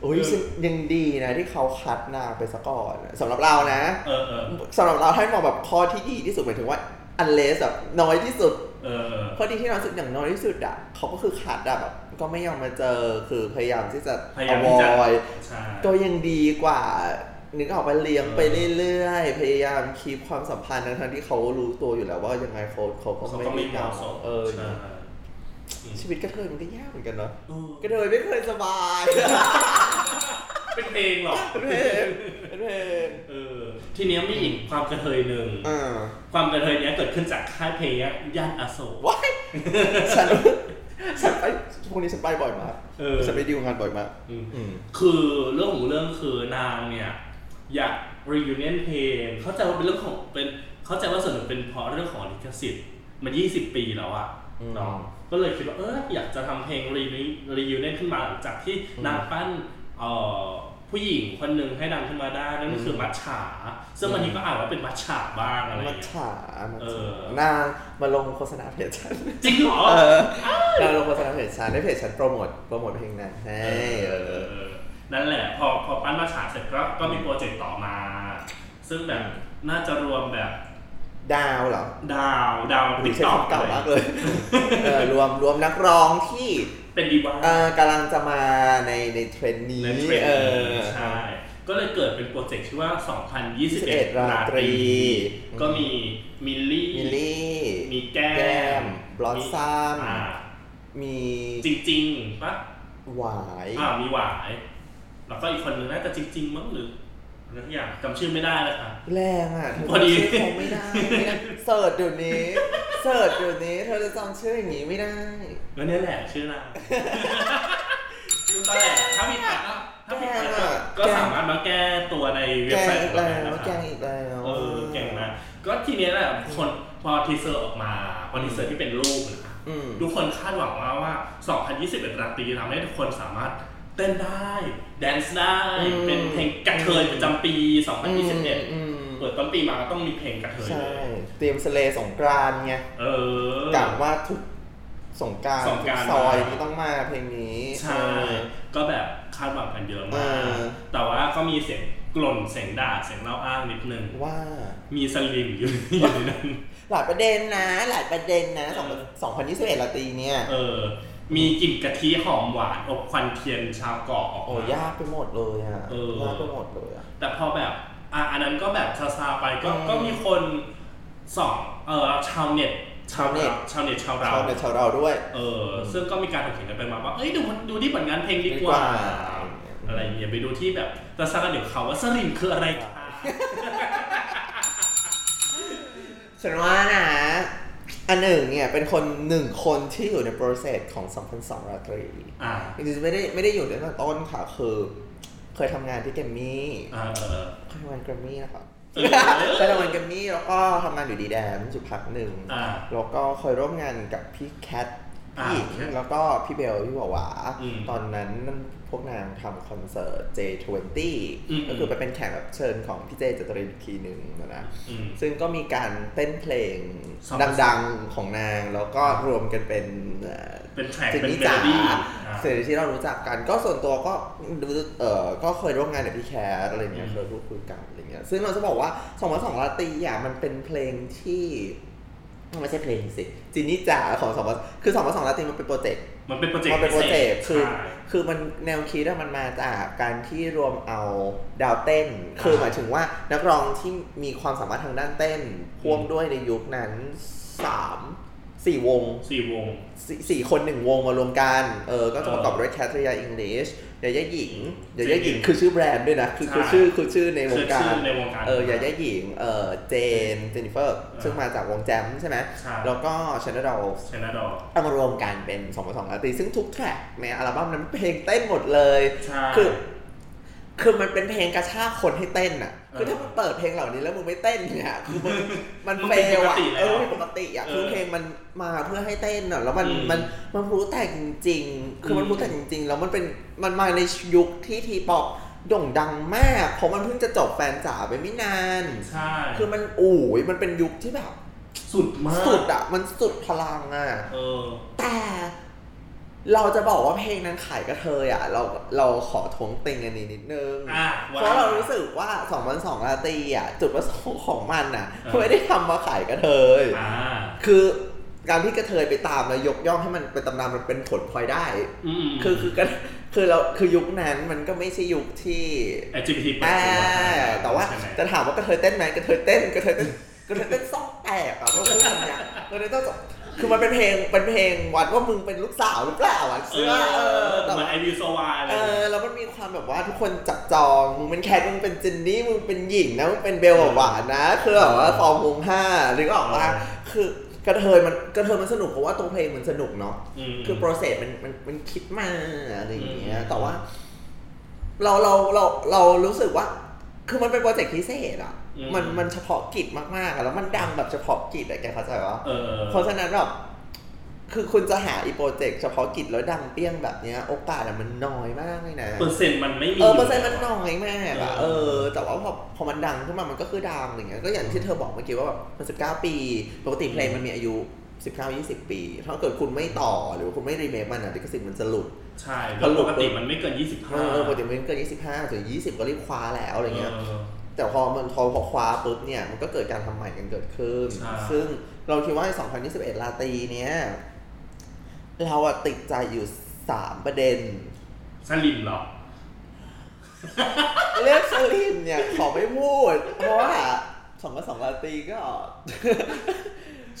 S2: โอ้ยซึ่งยังดีนะที่เขาคัดนางไปซะก่อนสำหรับเรานะ
S1: เออเออ
S2: สำหรับเราให้มองแบบข้อที่ดีที่สุดหมายถึงว่าอันเลสแบบน้อยที่สุด
S1: เออ
S2: ข้อดีที่น้อยที่สุดอย่างน้อยที่สุดอ่ะเขาก็คือคัดอะแบบก็ไม่ยอมมาเจอคือพยายามที่จะ
S1: พ
S2: อย
S1: ยาาม
S2: ว
S1: ที่จะ
S2: อย
S1: ใช่
S2: ก็ยังดีกว่านึกออกไปเลี้ยง
S1: เออ
S2: ไปเรื่อยๆพยายามคีบความสัมพันธ์ทั้งๆที่เขารู้ตัวอยู่แล้วว่ายังไงเขาเขาก็
S1: เขา
S2: ไม่
S1: ก็ไม่
S2: ได้
S1: เหมาะสม
S2: เออ
S1: ใช่อืม
S2: ชีวิตกระเทยมันก็ยากเหมือนกันเนาะ
S1: เออก
S2: ระเทยไม่เคยสบาย
S1: เป็นเพลงหรอ
S2: เป็นเพลงเป็นเพลง
S1: เออ ทีเนี้ยมีอีกความกระเทยหนึ่ง
S2: อ่า
S1: ความกระเทยเนี้ยเกิดขึ้นจากค่ายเพลงย่านอโศก
S2: ว้ายฉันฉันไปพวกนี้ฉันไปบ่อยมาก
S1: เออ
S2: ฉันไปดีลงานบ่อยมาก
S1: อืม
S2: อืม
S1: คือเรื่องของเรื่องคือนางเนี่ย อยาก reunion เพลงเข้าใจว่าเป็นเรื่องของเป็นเข้าใจว่าส่วนหนึ่งเป็นเพราะเรื่องของลิขสิทธิ์มัน 20 ปีแล้วอะ
S2: อืม
S1: เนาะก็เลยคิดว่าเอออยากจะทำเพลง reuni- reunion ขึ้นมาหลังจากที่นางปั้นเอ่อผู้หญิงคนหนึ่งให้ดังขึ้นมาได้นั่นก็คือมัชฉา ซึ่งวันนี้ก็อ่านว่าเป็นมัชฉาบ้างอะไรอ
S2: มั
S1: ย่า
S2: จ
S1: งเงี้ย
S2: ฉามัจ
S1: เอ
S2: ฉา
S1: อ
S2: นางมาลงโฆษณาเพจฉัน
S1: จริงเหรอ
S2: เออนางลงโฆษณาเพจฉันในเพจฉันโปรโมทโปรโมทเพลงนั้นให้เออ
S1: เออนั่นแหละ พอพอปั้นมาฉายเสร็จก็ก็มีโปรเจกต์ต่อมา ซึ่งแบบน่าจะรวมแบบ
S2: ดาวเหรอ
S1: ดาวดาว
S2: หรือ
S1: ติ๊
S2: ก ใช้
S1: ต็อก
S2: คำเก่ามากเลยเออรวมรวมนักร้องที่
S1: เป็นดีว่า
S2: เอ่อกำลังจะมาในในเทรนด์นี้
S1: ในเทรน
S2: เออ
S1: ด์ใช่ ก็เลยเกิดเป็นโปรเจกต์ชื่อว่า 2021
S2: 21
S1: รา
S2: รา
S1: ต
S2: ตรี
S1: รี ก็มีมิลลี่
S2: มิลลี่
S1: มีแก้
S2: แก้
S1: ม
S2: มบลอสซัม
S1: อ่า
S2: มี
S1: จริงๆปะ
S2: หวาย
S1: อ่ามีหวาย แล้วก็อีกคนนึงน่าจะจริง ๆ มั้งหรืออะไรสักอย่างจำชื่อไม่ได้แล้วค่ะ
S2: แรงอ่ะเธอ
S1: พอดี
S2: จำชื่อเขาไม่ได้ไม่ได้เสิร์ชเดี๋ยวนี้เสิร์ชเดี๋ยวนี้เธอจะจำชื่ออย่างนี้ไม่ได้
S1: ก็เนี่ยแหละชื่อนาง คือตอนแรกถ้ามีปัดก็ถ้ามีปัดก็
S2: แกงอะ
S1: ก็สามารถมาแก้ตัวในเว็บ
S2: แก
S1: ไซ
S2: ง
S1: ต์
S2: อี
S1: ข
S2: ก
S1: อง
S2: แล้
S1: เรา
S2: วแก
S1: ได้นะครับ
S2: งอีกแล้ว
S1: เออเก่งนะก็ทีเนี้ยแหละคนพอทีเซอร์ออกมาพอทีเซอร์ที่เป็นรูปนะ
S2: อืม
S1: ทุกคนคาดหวังว่าว่า 2021ราตรีทำให้ทุกคนสามารถเต้นได้ แดนซ์ได้
S2: อืม
S1: เป็นเพลงกระเทยประจำปี
S2: อืม
S1: 2021 เปิดต้นปีมาก็ต้องมีเพลงกระเทย
S2: ใช่
S1: เลย
S2: เตรียมสเลสงกรานต์ไง
S1: เออ
S2: กล่าวว่าทุกสงกรานต์
S1: สงก
S2: ทุก
S1: รานต์
S2: ซอยที่ต้องมาเพลงนี้
S1: ใช่
S2: เออ
S1: ก็แบบคาดหวังกันเยอะ
S2: เอ
S1: มาก
S2: อ
S1: แต่ว่าก็มีเสียงกล่นเสียงด่าเสียงเล่าอ้างนิดนึง
S2: ว่า
S1: มีสลิมอยู่ อยู่ในนั้น
S2: หลายประเด็นนะ หลายประเด็นนะสอง
S1: เออ
S2: สองพันยี่สิบเอ็ดละตีเนี่ย
S1: เออ มีกลิ่นกะทิหอมหวานอบควันเทียนชาวเกาะออก
S2: โอ้
S1: มา
S2: ยากไปหมดเลยอ่ะ
S1: เออ
S2: ยากไปหมดเลยอ่ะ
S1: แต่พอแบบอ่ะอันนั้นก็แบบซาซาๆไปก็
S2: อืม
S1: ก็มีคนสองเออชาวเน็ต
S2: ชาวเน็ต
S1: ชาวเน็ตชาวเรา
S2: ชาวเน็ตชาวเราด้วย
S1: เออ ซึ่งก็มีการถกเถียงกันไปมาว่า เอ้ยดูดูที่ผลงานเพลงดี
S2: ดี
S1: ก
S2: ก
S1: ว่า
S2: ว่า
S1: อะไรอย่างเงี้ยไปดูที่แบบซาซากันเดี๋ยวเขาว่าสลิมคืออะไรคะ
S2: ฉันว่านะ อันหนึ่งเนี่ยเป็นคนหนึ่งคนที่อยู่ในโปรเซสของ 2002ราตรี
S1: อ่า
S2: จริงๆไม่ได้ไม่ได้อยู่ในตั้งแต่ต้นค่ะคือเคยทำงานที่แกรมมี่
S1: อ่าเออ
S2: เคยทำงานแกรมมี่นะครับ
S1: เออ
S2: เคยทำงานแกรมมี่แล้วก็ทำงานอยู่ดีแดนอยู่พักหนึ่ง
S1: อ่า
S2: แล้วก็เคยร่วมงานกับพี่แคท
S1: อ่า
S2: พี่หญิง
S1: แคท
S2: แล้วก็พี่เบลพี่หวาหวา
S1: อืม
S2: ตอนนั้นพวกนางทำคอนเสิร์ต J20
S1: อืม
S2: ก็คือไปเป็นแขกรับเชิญของพี่เจจตรินอีกทีหนึ่งนะนะ
S1: อืม
S2: ซึ่งก็มีการเต้นเพลง
S1: สองพันสิบ
S2: ดังๆของนาง แล้วก็รวมกันเป็นเอ่อ
S1: เป็นแทร็ก
S2: จิน
S1: เป็น
S2: นี่
S1: เม
S2: จ๋า
S1: โลดี้อ่า
S2: เสรีที่เรารู้จักกันก็ส่วนตัวก็รู้เออก็เคยร่วมงานกับพี่แคทอะไรเงี้ย
S1: อืม
S2: เคยพูดคุยกันอะไรเงี้ยซึ่งเราจะบอกว่าสองพันสองราตรีอ่ะมันเป็นเพลงที่ไม่ใช่เพลงสิจินนี่จ๋าของสองพันคือสองพันสองราตรีมันเป็นโปรเจกต์
S1: มันเป็นโปรเจก
S2: มัน
S1: ต์
S2: เป็นโปรเจกต์คือ
S1: ใช่
S2: คือมันแนวคิดอะมันมาจากการที่รวมเอาดาวเต้น คือหมายถึงว่านักร้องที่มีความสามารถทางด้านเต้นพ่วง
S1: อืม
S2: ด้วยในยุคนั้นสามสี่วง
S1: สี่วง
S2: สสี่คนหนึ่งวงมารวมกัน เออ ก็จะ
S1: เออ
S2: ประกอบด้วยแคทริยาอิงลิชยายาหญิง
S1: จริ
S2: ยาง ยาหญิงคือชื่อแบรนด์ด้วยนะ คือคือ
S1: ใช่
S2: ชื่อคือชื่อในวงกา
S1: ชื่
S2: ร
S1: อในวงการ
S2: เออยายาหญิง เออเจน เจนนิเฟอร์
S1: อ
S2: ซึ่งมาจากวงแจมใช่ไหม
S1: ใช่
S2: แล้วก็ชนดอล
S1: ชนะดอ
S2: เอามารวมกันเป็น2องสองอาร์ติซึ่งทุกแทร็กในอัลบั้มนั้นเป็นเพลงเต้นหมดเลย
S1: ใช่
S2: คือ คือมันเป็นเพลงกระชากคนให้เต้นอ่ะ
S1: เออ
S2: คือถ้ามันเปิดเพลงเหล่านี้แล้วมึงไม่เต้นเนี่ยคือ มันมัน
S1: มัน
S2: เฟลอ่ะ
S1: ผิดปกติแล้ว
S2: เออมันผิดปกติอ่ะ
S1: เออ
S2: คือเพลงมันมาเพื่อให้เต้นอ่ะแล้วมัน
S1: อืม
S2: มันมันรู้แต่จริง ๆ คือมัน
S1: อืม
S2: รู้แต่จริง ๆ แล้วมันเป็นมันมาในยุคที่ทีป๊อปโด่งดังมากเพราะมันเพิ่งจะจบแฟนจ๋าไปไม่นาน
S1: ใช่
S2: คือมันอู๋ยมันเป็นยุคที่แบบ
S1: สุดมาก
S2: สุดอ่ะมันสุดพลังอ่ะ
S1: เออ
S2: แต่เราจะบอกว่าเพลงนั้นขายกระเทยอ่ะ เราเราขอท้วงติงอันนี้นิดนึง
S1: อ่ะว่
S2: เพราะเรารู้สึกว่า2องพันสองราตรีอ่ะ จุดประสงค์ของมันอ่ะ
S1: เออ
S2: ไม่ได้ทำมาขายกระเทย
S1: อ่า
S2: คือการที่กระเทยไปตามแล้วยกย่องให้มันเป็นตำนานมันเป็นผลพลอยได้
S1: อืม
S2: คือคือกันคือเราคือยุคนั้นมันก็ไม่ใช่ยุคที่
S1: ไอจีพีที
S2: อ่าแต่ว่าจะถามว่ากระเทยเต้นไหมกระเทยเต้นกระเทยเต้นกระเทยเต้นซ่องแตกอ่ะเพราะว่าเรื่องเนี้ยกระเทยเต้น คือมันเป็นเพลงเป็นเพลงวัดว่ามึงเป็นลูกสาวหรือเปล่าอ่ะ
S1: เอ
S2: เสื้อ
S1: อ
S2: เออ
S1: เห
S2: แต่
S1: มือ
S2: ว่า
S1: นไอวิวโซวาอะไร
S2: เอ
S1: อย่า
S2: อ
S1: งเงี้ย
S2: แล้วมันมีความแบบว่าทุกคนจับจองมึงเป็นแคทมึงเป็นจินนี่มึงเป็นหญิงนะมึงเป็นเบลหวานๆนะคือแบบว่าฟอร์มวงห้าหรือก็ออกว่าคือกระเทยมันกระเทยมันสนุกเพราะว่าตัวเพลงมันสนุกเนาะ
S1: ม
S2: คือโปรเซสมันมันมันคิดมาอะไรอย่างเงี้ย
S1: อืม
S2: แต่ว่า เราเราเราเรารู้สึกว่า คือมันเป็นโปรเจกต์พิเศษอ่ะ มันมันเฉพาะกิจมากๆอะแล้วมันดังแบบเฉพาะกิจอะแกเข้าใจปะ
S1: เออ
S2: เพราะฉะนั้นแบบคือคุณจะหาอีโปรเจกต์เฉพาะกิจแล้วดังเปี้ยงแบบเนี้ย โอกาสอะมันน้อยมากเลยนะ
S1: เปอร์เซ็นต์มันไม่มี
S2: เออเปอร์เซ็นต์มันน้อยมากอะ
S1: เอ
S2: เอ
S1: อ
S2: อ แต่ว่าพอพอมันดังขึ้นมามันก็คือดังอย่างเงี้ย ก็อย่างที่เธอบอกเมื่อกี้ว่าแบบมันสิบเก้าปี ปกติเพลงมันมีอายุ 19 20 ปี ถ้าเกิดคุณไม่ต่อหรือคุณไม่รีเมคมันอะลิขสิทธิ์มันจะหลุด
S1: ใช่แล้วปกติมันไม่เกิน 25
S2: เออปกติมันเกิน25หรือ20 ก็รีบคว้าแล้วอะไรเงี้ย
S1: เออ
S2: แต่พอมันพอพอคว้าปุ๊บเนี่ย มันก็เกิดการทำใหม่กันเกิดขึ้น
S1: ใช่
S2: ซึ่งเราคิดว่าใน2021 ลาตรีเนี่ยเราอะติดใจอยู่สามประเด็น
S1: สลิมเหรอ
S2: เรื่องสลิมเนี่ย ขอไม่พูด เพราะว่าสองกับสองราตรีก็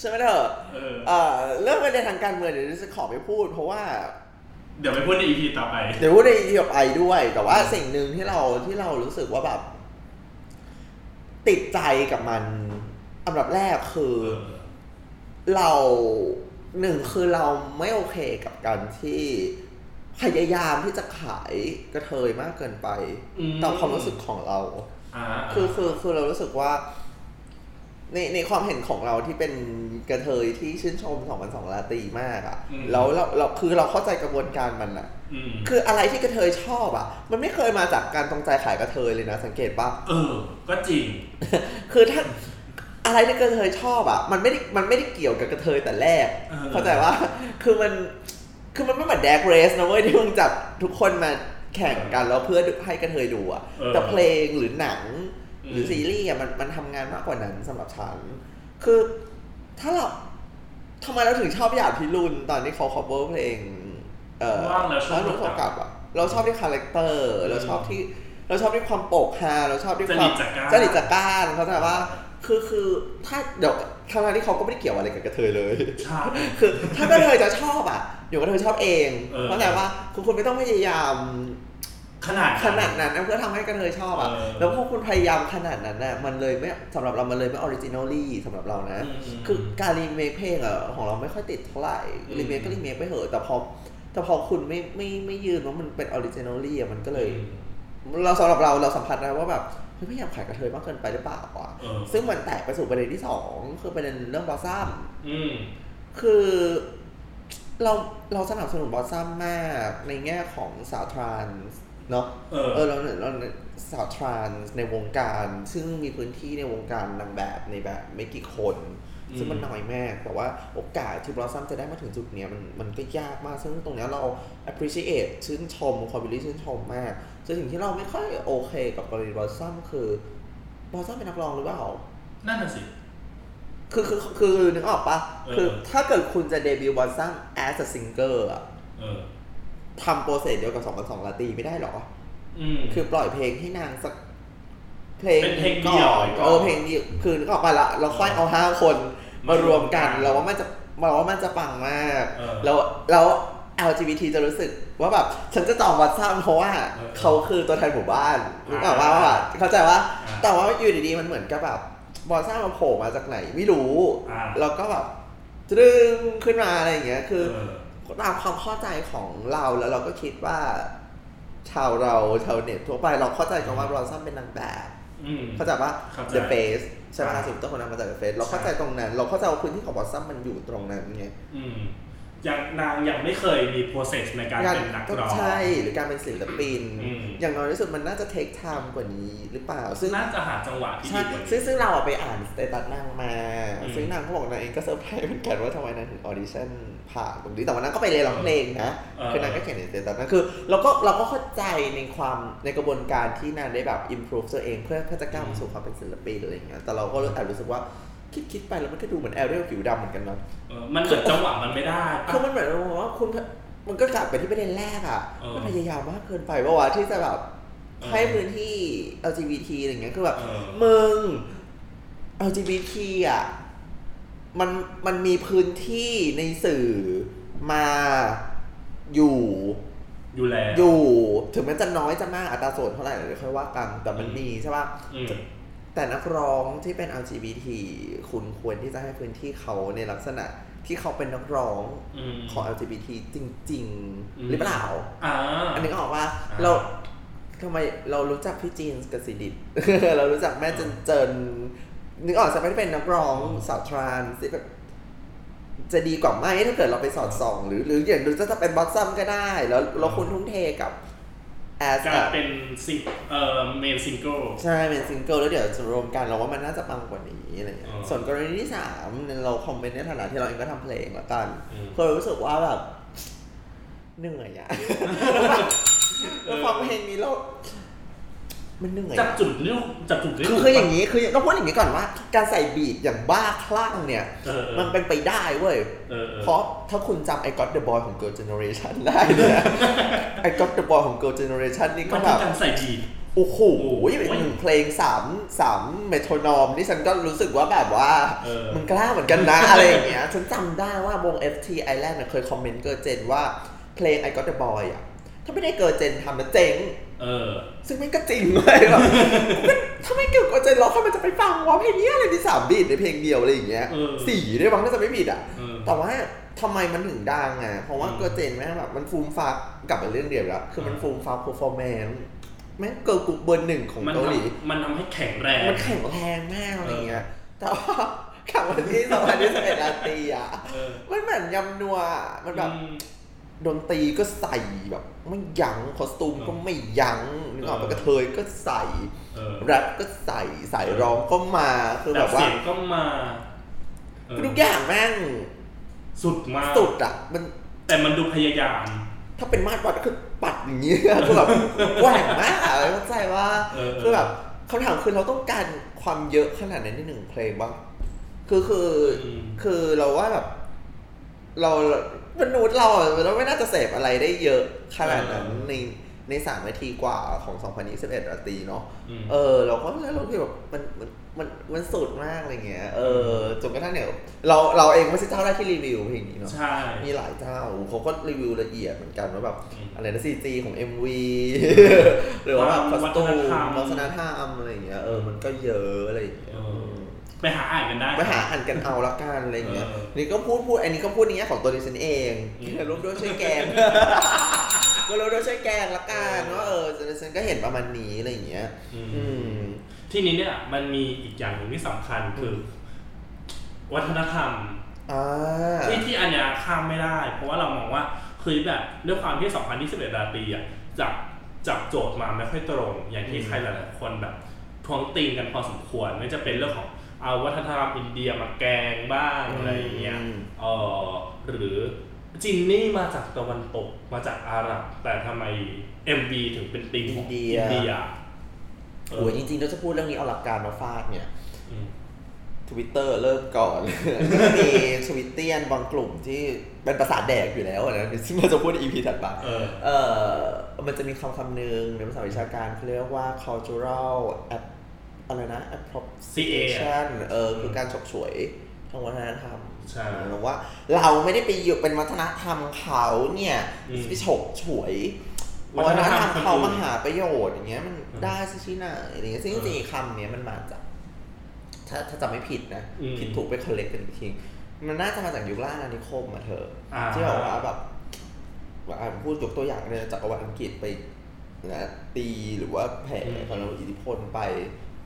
S2: ใช่ไหมเถอะ
S1: เออ
S2: เอ่อเรื่องประเด็นทางการเมืองเดี๋ยวดิฉันขอไม่พูด เพราะว่า
S1: เดี๋ยวไปพูดในอีพีต่อไป
S2: เดี๋ยวพูดในเกี่ยวกับไอด้วย แต่ว่าสิ่งหนึ่งที่เราที่เรารู้สึกว่าแบบ ติดใจกับมันอันดับแรกคือ
S1: เออ
S2: เราหนึ่งคือเราไม่โอเคกับการที่พยายามที่จะขายกระเทยมากเกินไป
S1: อืม
S2: ตามความรู้สึกของเรา
S1: อ่า
S2: คือคือคือเรารู้สึกว่า ในในความเห็นของเราที่เป็นกระเทยที่ชื่นชมสองพันสองลาตรีมากอะ่ะแล้วเราเราคือเราเข้าใจกระบวนการมันอะ่ะ
S1: อืม
S2: คืออะไรที่กระเทยชอบอะ่ะ มันไม่เคยมาจากการตรงใจขายกระเทยเลยนะ สังเกตปะ
S1: เออ ก็จริง
S2: คือถ้าอะไรที่กระเทยชอบอ่ะ มันไม่ได้มันไม่ได้เกี่ยวกับกระเทยแต่แรก
S1: เออ
S2: เข้าใจว่า คือมันคือมันไม่เหมือนแดกเรสนะเว้ยที่มึงจับทุกคนมาแข่งกันแล้วเพื่อให้กระเทยดูอ่ะ
S1: เออ
S2: แต่เพลงหรือหนัง หรืออ
S1: ม
S2: ซีรีส์อ่ะมันมันทำงานมากกว่านั้นสำหรับฉัน คือถ้าเราทำไมเราถึงชอบหยาดพิรุณตอนที่เขา cover เพลง เอ่อ
S1: ว่างแล้วชอบ
S2: หนูขอกลับอ่ะ เราชอบที่คาแรคเตอร์เราชอบที่เราชอบที่ความโปกฮาเราชอบที่ความ
S1: จริตจักราน
S2: จริตจักร ก้านเขาแต่ว่าคือคือถ้าเดี๋ยวทางร้านที่เขาก็ไม่ได้เกี่ยวอะไรกับกระเทยเลย
S1: ใช่
S2: คือถ้ากระเทยจะชอบอ่ะเดี๋ยวกระเทยชอบเอง
S1: เออ
S2: เพราะแต่ว่าคือคุณไม่ต้องพยายาม
S1: ขนาด
S2: ขนาดนั้นนะเพื่อทำให้กระเทยชอบอ่ะ
S1: เออ
S2: แล้วพวกคุณพยายามขนาดนั้นน่ะมันเลยไม่สำหรับเรามันเลยไม่ออริจินอลี่สำหรับเรานะ
S1: อืมอืม
S2: คือการรีเมคเพลงอ่ะของเราไม่ค่อยติดเท่าไหร่
S1: อืม
S2: รีเมคก็รีเมคไปเถอะแต่พอแต่พอคุณไม่ไม่ไม่ยืนว่ามันเป็นออริจินอลี่อ่ะมันก็เลย เราสำหรับเราเราสัมผัสได้ว่าแบบเฮ้ยพยายามขายกระเทยมากเกินไปหรือเปล่าวะ
S1: เออ
S2: ซึ่งมันแตกไปสู่ประเด็นที่สองคือประเด็นเรื่องบอสซัม
S1: อืม
S2: คือเราเราสนับสนุนบอสซัมมากในแง่ของสาวทรานส์เนาะ
S1: เออ
S2: เราเราสาวทรานส์ในวงการ ซึ่งมีพื้นที่ในวงการนางแบบในแบบไม่กี่คน
S1: อืม
S2: ซึ่งมันน้อยมาก แต่ว่าโอกาสที่บลอสซัมจะได้มาถึงจุดเนี้ยมันมันก็ยากมาก ซึ่งตรงเนี้ยเรา appreciate ชื่นชมคอมบิลี่ชื่นชมมากส่วนสิ่งที่เราไม่ค่อยโอเคกับกรณีบลอสซัมคือบลอสซัมเป็นนักร้องหรือเปล่า
S1: นั่นน่ะสิ
S2: คือคือคือนึกออกปะ
S1: เออ
S2: คือถ้าเกิดคุณจะเดบิวต์บลอสซัม as a singer อะ
S1: เออ
S2: ทำโปรเซสเดียวกับ2 0 2ลาตีไม่ได้หรอ
S1: อืม
S2: คือปล่อยเพลงให้นางสักเพลง
S1: เป็นเพลง
S2: ก่
S1: เดี่ยว
S2: อน
S1: ก่อน
S2: เออเพลงเดี่ยวคือนึกออกมาละเราค่อยเอาห้าคนมาม
S1: าร ร
S2: ว
S1: ว
S2: ม
S1: ม
S2: กั
S1: กั
S2: น
S1: น
S2: เราว่ามันจะเราว่ามันจะปังมาก
S1: เออ
S2: แล้วแล้ว LGBT จะรู้สึกว่าแบบฉันจะต่อวัดสร้างเพราะว่า
S1: เออ
S2: เขาคือตัวแทนหมู่บ้าน
S1: อ่านึ
S2: นึกออกมาว่าแบบเข้าใจว่า
S1: อ่า
S2: แต่ว่าอยู่ดีๆมันเหมือนกับแบบบอลสร้างมาโผล่มาจากไหนไม่รู้
S1: อ่า
S2: แล้วก็แบบดึงขึ้นมาอะไรอย่างเงี้ยคือ
S1: เออ
S2: ตามความเข้าใจของเราแล้วเราก็คิดว่า ชาวเราชาวเน็ตทั่วไปเราเข้าใจกันว่าบรอนซัมเป็นนางแบบ
S1: อืม
S2: เข้าใจปะ
S1: เข้าใจ
S2: The Face ใช่ไหมล่ะสุดต้องคนนั้นมาจาก The Face เราเข้าใจตรงนั้น เราเข้าใจว่าพื้นที่ของบรอนซัมมันอยู่ตรงนั้นไง
S1: อืมยังนางยังไม่เคยมี process ในการเป็นนักร้อง
S2: ใช่หรือการเป็นศิลปิน
S1: อืม
S2: อย่างน้อยที่สุดมันน่าจะเทคไทม์กว่านี้หรือเปล่า ซึ่ง
S1: น่าจะหาจังหวะที่
S2: ใช่
S1: ดีกว่านี้
S2: ซึ่งซึ่งเราอะไปอ่านสเตตัสนางมา
S1: อืม
S2: ซึ่งนางก็บอกนางเองก็เซอร์ไพรส์เหมือนกันว่าทำไมนางถึงออดิชั่นผ่านตรงนี้แต่ว่านางก็ไปเรียนร้องเพลงนะ
S1: เออ
S2: คือนางก็เขียนในสเตตัสนั่นคือเราก็เราก็เข้าใจในความในกระบวนการที่นางได้แบบ improve ตัวเองเพื่อเพื่อจะก้าวมาสู่ความเป็นศิลปินอะไรอย่างเงี้ยแต่เราก็แอบรู้สึกว่าคิดคิดไปแล้วมันก็ดูเหมือนแอเรียลผิวดำเหมือนกันเนาะ
S1: เออมันเหมือนจังหวะมันไม่ได้ปะ
S2: คือมันเหมือนว่าคุณมันก็กลับไปที่ประเด็นแรกอ่ะ
S1: เออ
S2: มันพยายามมากเกินไปปะวะที่จะแบบ
S1: เออ
S2: ให้พื้นที่ LGBT อะไรอย่างเงี้ยคือแบบ
S1: เออ
S2: มึง LGBT อ่ะ มันมันมีพื้นที่ในสื่อมาอยู่
S1: อยู่แล้ว
S2: อยู่ถึงแม้จะน้อยจะมากอัตราส่วนเท่าไหร่เดี๋ยวค่อยว่ากันแต่มันมีใช่ป่ะ
S1: อืม
S2: แต่นักร้องที่เป็น LGBT คุณควรที่จะให้พื้นที่เขาในลักษณะที่เขาเป็นนักร้อง
S1: อืม
S2: ของ LGBT จริง
S1: อืม
S2: ๆ หรือเปล่า
S1: อ่า
S2: อันนี้ก็บอกว่า
S1: อ่า
S2: เราทำไมเรารู้จักพี่จีนกสิ ดิต เรารู้จักแม่เจนเจนนึกออกจะไม่ได้เป็นนักร้องสาวทรานส์ที่แบบจะดีกว่าไหมถ้าเกิดเราไปสอดส่อง หรือหรืออย่างหรือจะเป็นบอสซัมก็ได้ แล้วเราควรทุ่มเทกับแอส
S1: การเป็นซิงเอ่อเมนซิงเกิล
S2: ใช่เป็นซิงเกิลแล้วเดี๋ยวจะรวมกันเราว่ามันน่าจะปังกว่านี้อะไรอย่างเงี้ย
S1: อ่า
S2: ส่วนกรณีที่สามเราคอมเมนต์ในฐานะที่เราเองก็ทำเพลงละกัน
S1: อืม
S2: ก็รู้สึกว่าแบบ เหนื่อยอะ แล้วฟังเพลงนี้แล้วมันเหนื่อย
S1: จับจุดเรื่องจับจุดเรื่
S2: คือคืออย่างนี้คือต้องพูดอย่างนี้ก่อนว่า การใส่บีทอย่างบ้าคลั่งเนี่ย
S1: เออเออ
S2: มันเป็นไปได้เว้ย
S1: เออออ
S2: เพราะถ้าคุณจำไอ้ God the Boy ของ Girl Generation ได้ เนี่ยไอ้ God the Boy ของ Girl Generation นี่ก็
S1: มัน
S2: แบ
S1: คือบ การใส่บีท
S2: โอ้โห
S1: โอ้โห
S2: เป็นหนึ่งเพลงสามสามเมโทรนอม นี่ฉันก็รู้สึกว่าแบบว่า
S1: เออ
S2: มันกล้าเหมือนกันนะ อะไรอย่างเงี้ย ฉันจำได้ว่าวง FT Island เนี่ยเคยคอมเมนต์เกิร์ลเจนว่าเพลง I Got the Boy อ่ะ ถ้าไม่ได้เกิร์ลเจนทำนะเจ๊ง
S1: เออ
S2: ซึ่งมันก็จริงเลย แบบ ถ้าไม่เกี่ยวกับใจร้องใครมันจะไปฟังวะเพลงเนี้ยอะไรมีสามบีทในเพลงเดียวอะไรอย่างเงี้ย
S1: เออ
S2: สี่ด้วยมั้งน่าจะไม่ผิดอ่ะ
S1: เออ
S2: แต่ว่าทำไมมันถึงดังอ่ะ เพราะว่า
S1: อืม
S2: เกิร์ลเจนแม่งแบบมันฟูมฟักกลับมาเรื่องเดียวแล้วคือมัน
S1: อ่า
S2: ฟูมฟัก p พ r ร o r m ร n c e แม่งเกิร์ลกรุ๊ปเบอร์หนึ่งของ
S1: มัน
S2: เกาหลี
S1: ทำมันทำให้แข็งแรง
S2: มันแข็งแรงมากอะไรอย่างเงี้ย
S1: เอ
S2: แต่ว่ากลับมาที่สองพันยี่สิบเอ็ดราตรีอ่ะ
S1: เออ
S2: มันเหมือนยำนัวอะมันแบบ
S1: อืม
S2: ดนตรีก็ใส่แบบไม่ยัง้งคอสตูมก็ไม่ยัง้งนึกออก
S1: เอ
S2: ปะ
S1: อ
S2: กระเทยก็ใส่
S1: เออ
S2: แรปก็ใส่สายร้องก็มาคือ
S1: แบ
S2: แบบ บ
S1: เสี
S2: ว่าย
S1: งก็มาเออ
S2: ทุกอย่างแม่ง
S1: สุดมาก
S2: สุดอ่ะ มัน
S1: แต่มันดูพยายาม
S2: ถ้าเป็นมาดวัดก็คือปัดอย่างนี้ คือแบบแหว่งมากอะเข้าใจว่า
S1: เออเออ
S2: คือแบบคำถามคือเราต้องการความเยอะขนาดนั้นในหนึ่งเพลงบ้างคือคือ
S1: ม
S2: คือเราว่าแบบ เรามนุษย์เราอะเราไม่น่าจะเสพอะไรได้เยอะขนาดนั้น
S1: เออ
S2: ในในสามนาทีกว่าของ 2021ราตรีเนาะ
S1: อืม
S2: เออ เราก็แล้วเราคิดแบบมันมันมันมันสุดมากอะไรเงี้ยเออจนกระทั่งเนี่ยเราเราเองไม่ใช่เจ้าแรกที่รีวิวเพลงนี้เนาะ
S1: ใช่
S2: มีหลายเจ้าเขาก็รีวิวละเอียดเหมือนกันว่าแบบ
S1: อืม
S2: อะไรนะซีจีของ MV หรือว่าแบบคอสตู
S1: วัฒน
S2: ม
S1: ธรรม
S2: วัฒนธรรมอะไรเงี้ยเออมันก็เยอะอะไรอย่างเงี้ย
S1: เอออื
S2: ม
S1: ไปหาอ่านกันได้
S2: ไปหาอ่านกันเอาละกันอะไรอย่างเงี้ย
S1: เออ
S2: นี่ก็พูดพูดอันนี้ก็พูดในแง่ของตัวดิฉันเอง
S1: อืม
S2: ร่วมด้วยช่วยแกง ก็ร่วมด้วยช่วยแกงละกันว่าเออดิฉันก็เห็นประมาณนี้อะไรอย่างเงี้ย
S1: อืม
S2: อืม
S1: ที่นี้เนี่ยมันมีอีกอย่างหนึ่งที่สำคัญคือ วัฒนธรรม
S2: อ่า
S1: ที่ที่อันเนี้ยข้ามไม่ได้ เพราะว่าเรามองว่าคือแบบด้วยความที่ 2021ราตรีอ่ะจับจับโจทย์มาไม่ค่อยตรง อย่างที่
S2: อืม
S1: ใครหลายๆคนแบบทวงติงกันพอสมควรไม่ว่าจะเป็นเรื่องของเอาวัฒนธรรมอินเดียมาแกงบ้าง
S2: อืม
S1: อะไรอย่างเงี้ยเออหรือจินนี่มาจากตะวันตกมาจากอาหรับ แต่ทำไม MV ถึงเป็นติงของอินเดียเอ
S2: โอ้
S1: อย
S2: จริงๆเราจะพูดเรื่องนี้เอาหลักการมาฟาดเนี่ย
S1: อืม
S2: ทวิตเตอร์เริ่มก่อน ก็จะมีทวิตเตียนบางกลุ่มที่เป็นภาษาทแดกอยู่แล้วอะนะซึ่งเราจะพูดใน EP ถัดไป
S1: เออ
S2: เออมันจะมีคำคำหนึ่งในภาษาวิชาการเขาเรียกว่า cultural app อะไรนะ appropriation เออคือการฉกฉวยทางวัฒนธรรม
S1: ใช่
S2: หรือว่าเราไม่ได้ไปอยู่เป็นวัฒนธรรมเขาเนี่ย
S1: อืม
S2: ไปฉกฉวย
S1: วั
S2: วั
S1: ฒ
S2: ฒ
S1: น
S2: นธ
S1: ธร
S2: ร
S1: ร
S2: ร
S1: ม
S2: ม
S1: คนอื่น
S2: เขามาหาประโยชน์อย่างเงี้ยมัน
S1: อืม
S2: ได้ซะที่ไหนอะไรเงี้ยซึ่งจ
S1: เออ
S2: ริงๆคำเนี้ยมันมาจาก ถ้าถ้าจำไม่ผิดนะ
S1: อืม
S2: ผิดถูกไปคอลเลกกันอีกทีมันน่าจะมาจากยุคล่าอาณานิคมอะเธออา ที่แบบว่าแบบว่าอ่ะพูดยกตัวอย่างเลยจากประวัติอังกฤษไปนะตีหรือว่าแผ่
S1: อืม
S2: เขาเราอิทธิพลไป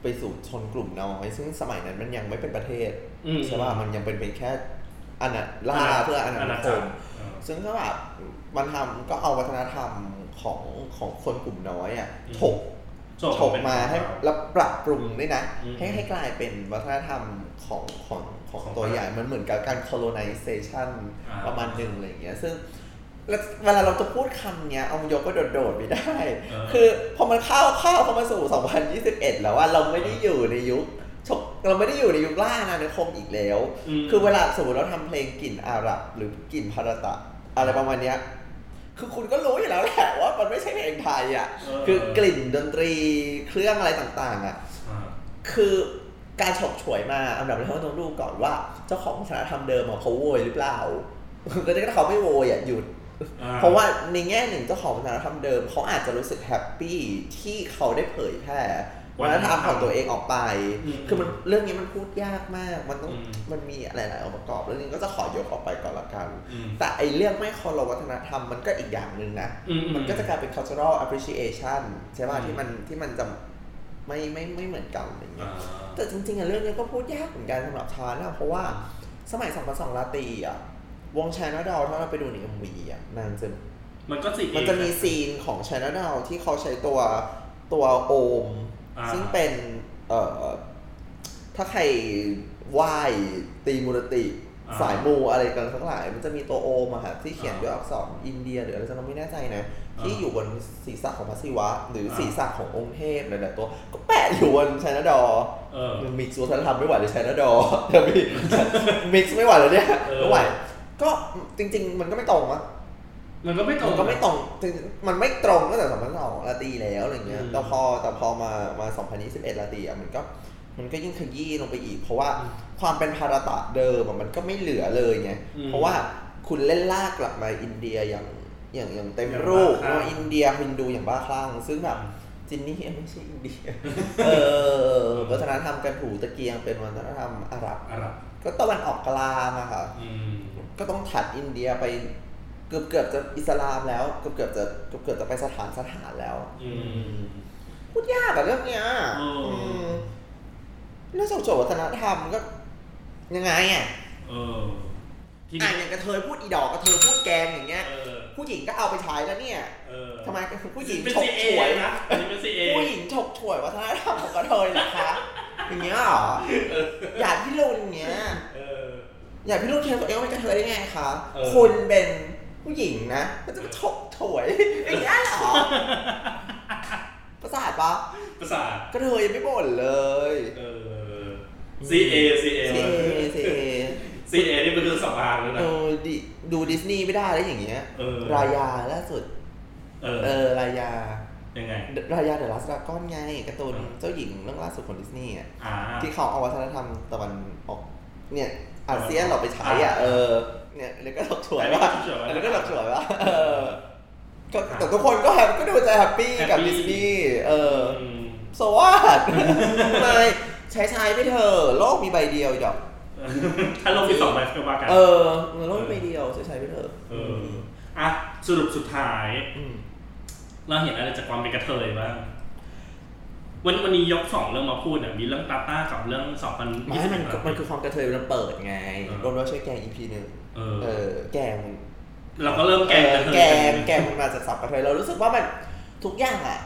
S2: ไปสู่ชนกลุ่มน้อย ซึ่งสมัยนั้นมันยังไม่เป็นประเทศ
S1: อืม
S2: ใช่ป่ะมันยังเป็นเป็นแค่อาณาล่าเพื่ออาณานิค
S1: จัก
S2: ม
S1: รเออ
S2: ซึ่งก็แบบมันทำก็เอาวัฒนธรรมของของคนกลุ่มน้อยอ่ะ
S1: อืม
S2: ถก
S1: จบ
S2: ถก
S1: เป็น
S2: มาให้แล้วปรับปรุงด้วยนะ
S1: อืม
S2: ให้ให้กลายเป็นวัฒนธรรมของของของ
S1: ของ
S2: ตัวใหญ่มันเหมือนกับการ colonization
S1: อ่า
S2: ประมาณหนึ่งอะไรอย่างเงี้ยซึ่งแล้วเวลาเราจะพูดคำเนี้ย เอามายกก็โดดๆไม่ได้
S1: เออ
S2: คือพอมันเข้าเข้าเข้ามาสู่ 2021 แล้วว่าเราไม่ได้อยู่ในยุคชกเราไม่ได้อยู่ในยุคล่าอาณานิคมอีกแล้ว
S1: อืม
S2: คือเวลาสมมติเราทำเพลงกลิ่นอาหรับหรือกลิ่นพาราตะ อะไรประมาณเนี้ย คือคุณก็รู้อยู่แล้วแหละ ว่ามันไม่ใช่เพลงไทยอ่ะ
S1: เออ
S2: คือกลิ่นดนตรีเครื่องอะไรต่างๆอ่ะ
S1: อ่า
S2: คือ การฉกฉวยมาอันดับแรกเราต้องดูก่อนว่า เจ้าของวัฒนธรรมเดิมอะเขาโวยหรือเปล่า ก็ถ้าเขาไม่โวยอะหยุด
S1: อ่
S2: เพราะว่าในแง่หนึ่งเจ้าของวัฒนธรรมเดิมเขาอาจจะรู้สึกแฮปปี้ที่เขาได้เผยแพร่วัฒนธรรมของตัวเองออกไป
S1: อืม
S2: คือมันเรื่องนี้มันพูดยากมาก มันต้อง
S1: อืม
S2: มันมีหลายๆองค์ประกอบเรื่องนี้ก็จะขอยกออกไปก่อนละกัน
S1: อืม
S2: แต่ไอเรื่องไม่เคารพวัฒนธรรมมันก็อีกอย่างหนึ่งนะ
S1: อืมอืม
S2: มันก็จะกลายเป็น cultural appreciation ใช่ป่ะ
S1: อืม
S2: ที่มันที่มันจะไม่ไม่ไม่เหมือนกันอะไรเงี้
S1: อ่าย
S2: แต่จริงๆอะเรื่องนี้ก็พูดยากเหมือนกันสำหรับชาร์ลอะเพราะว่าสมัย2002ลาตีอะวงชนดอลถ้าเราไปดูในเอ็มวีอะนางจะ
S1: มันก็สิ
S2: มันจะมีซีนของ c h a n n e l ที่เขาใช้ตัวตัวโอม
S1: อ่า
S2: ซึ่งเป็นเอ่อถ้าใครไหว้ตีมุรติ
S1: อ่า
S2: สายมูอะไรกันทั้งหลาย มันจะมีตัวโอมอะฮะที่เขียน
S1: อ่า
S2: ด้วยอักษรอินเดียหรืออะไรจะเราไม่แน่ใจนะ
S1: อ่า
S2: ที่อยู่บนศีรษะของพระศิวะ หรืออา ศีรษะขององค์เทพหลายๆตัว ก็แปะอยู่บนชนะดอ
S1: เออ
S2: มึงมิกซ์วัฒนธรรมไม่ไหวเลยใช้นะดอเดี๋ยวพี่ มิกซ์ไม่ไหวเลยเนี่ย
S1: เออ
S2: ไม่ไหว ก็จริง ๆ มันก็ไม่ตรงอะ
S1: มันก็ไม่ตร
S2: มั
S1: ง
S2: นก็ไม่ตรงจริงๆมันไม่ตรงตั้งแต่สองพันสองลาตีแล้วอะไรเงี้ย
S1: อืม
S2: แต่พอแต่พอมา มาสองพันยี่สิบเอ็ดลาตีอ่ะมันก็ มันก็ยิ่งขยี้ลงไปอีก เพราะว่า
S1: อืม
S2: ความเป็นภารตะเดิมอะมันก็ไม่เหลือเลยไง
S1: อืม
S2: เพราะว่าคุณเล่นลากกลับมาอินเดียอย่าง อย่างอย่างเต็มรูป
S1: อย่างบ้าคลั่ง
S2: ว่าอินเดียฮินดูอย่างบ้าคลั่ง ซึ่งแบบจินนี่ไม่ใช่อินเดีย เออ วัฒนธรรมการถูตะเกียงเป็นวัฒนธรรมอาหรับ
S1: อาหรับ
S2: ก็ตะวันออกกลางอะค่ะ
S1: อืม
S2: ก็ต้องถัดอินเดียไปเกือบเกือบจะอิสลามแล้วเกือบเกือบจะเกือบเกือบจะไปสถานสถานแล้ว
S1: อืม
S2: พูดยากอะเรื่องเนี้ย
S1: อืม
S2: อืมเรื่องโจวัฒนธรรมก็ ยังไงอะ
S1: เออ ที่
S2: อ่านอย่างกระเทยพูดอีดอกกระเทยพูดแกงอย่างเงี้ย
S1: เออ
S2: ผู้หญิงก็เอาไปใช้แล้วเนี่ย
S1: เออ
S2: ทำไมผู้หญิง
S1: เป็น
S2: ฉ
S1: ซี
S2: ก
S1: เอ
S2: ฉวย
S1: นะอันนี้เป็นซีเอ
S2: ผู้หญิงฉกฉวยวัฒนธรรมของกระเทยเหรอคะอย่างเงี้ยเหรออย่าพิรุณอย่างเงี้ย
S1: เออ
S2: อย่าพี่ลูกเทียมตัวเองว่าเป็นกระเทยได้ไงคะ
S1: เออ
S2: คุณเป็นผู้หญิงนะมันจะมาถกถวยอย่างนี้ยเหรอ ประสาทปะ
S1: ประสาท
S2: กระเทยยังไม่บ่นเลย
S1: เออซีเอซีเอ
S2: เซเซ
S1: ซีเอนี่เป็นเรื่องสำอางเลย
S2: เอ
S1: นะ
S2: อดิดูดิสนีย์ไม่ได้แล้วอย่างเงี้ย
S1: เออ
S2: รายาล่าสุด
S1: เออ
S2: เออ รายา
S1: ยังไง
S2: รายาเดอะลัสดาก้อนไงการ์ตูน
S1: อ่า
S2: เจ้าหญิงเรื่องล่าสุดของดิสนีย์อะ
S1: อ่า
S2: ที่เขาเอาวัฒนธรรมตะวันออกเนี่ยอาเซียนเราไปใช้อ่ะ
S1: อ่า
S2: เออ เนี่ยแล้วก็ถกถวย
S1: แล้วก็
S2: ว่า
S1: ถกฉวยปะ
S2: แล้วก็ถกถวยว่าเออ ก็แต่ทุกคนก็แฮปก็ดูจะแฮปปี้กับ
S1: Happy
S2: ดิสนีย์เออ
S1: ม
S2: สวัสด ไม่ใช้ใช้ไปเถอะโลกมีใบเดียวอีดอก
S1: ถ้าลงมีสองใบก็ว่ากัน
S2: เออโลกมีใบเดียวใช้ใช้ไปเถอะ
S1: เออ อ่ะ สรุปสุดท้าย
S2: ม
S1: เราเห็นอะไรจากความเป็นกระเทยบ้าง วันวันนี้ยกสองเรื่องมาพูดเนี่ยมีเรื่องตาต้ากับเรื่องสองพัน
S2: ไม่
S1: ยี่สิบ
S2: มันมันคือความกระเทยมันเปิดไง
S1: เออ
S2: รวมแล้วช่วยแกงอีพีหนึ่ง
S1: เออ
S2: เออ แกงมัน
S1: เราก็เริ่มแกงกระเทย
S2: แกงแกงมันมาจากสับกระเทยเรารู้สึกว่ามันทุกอย่างอะ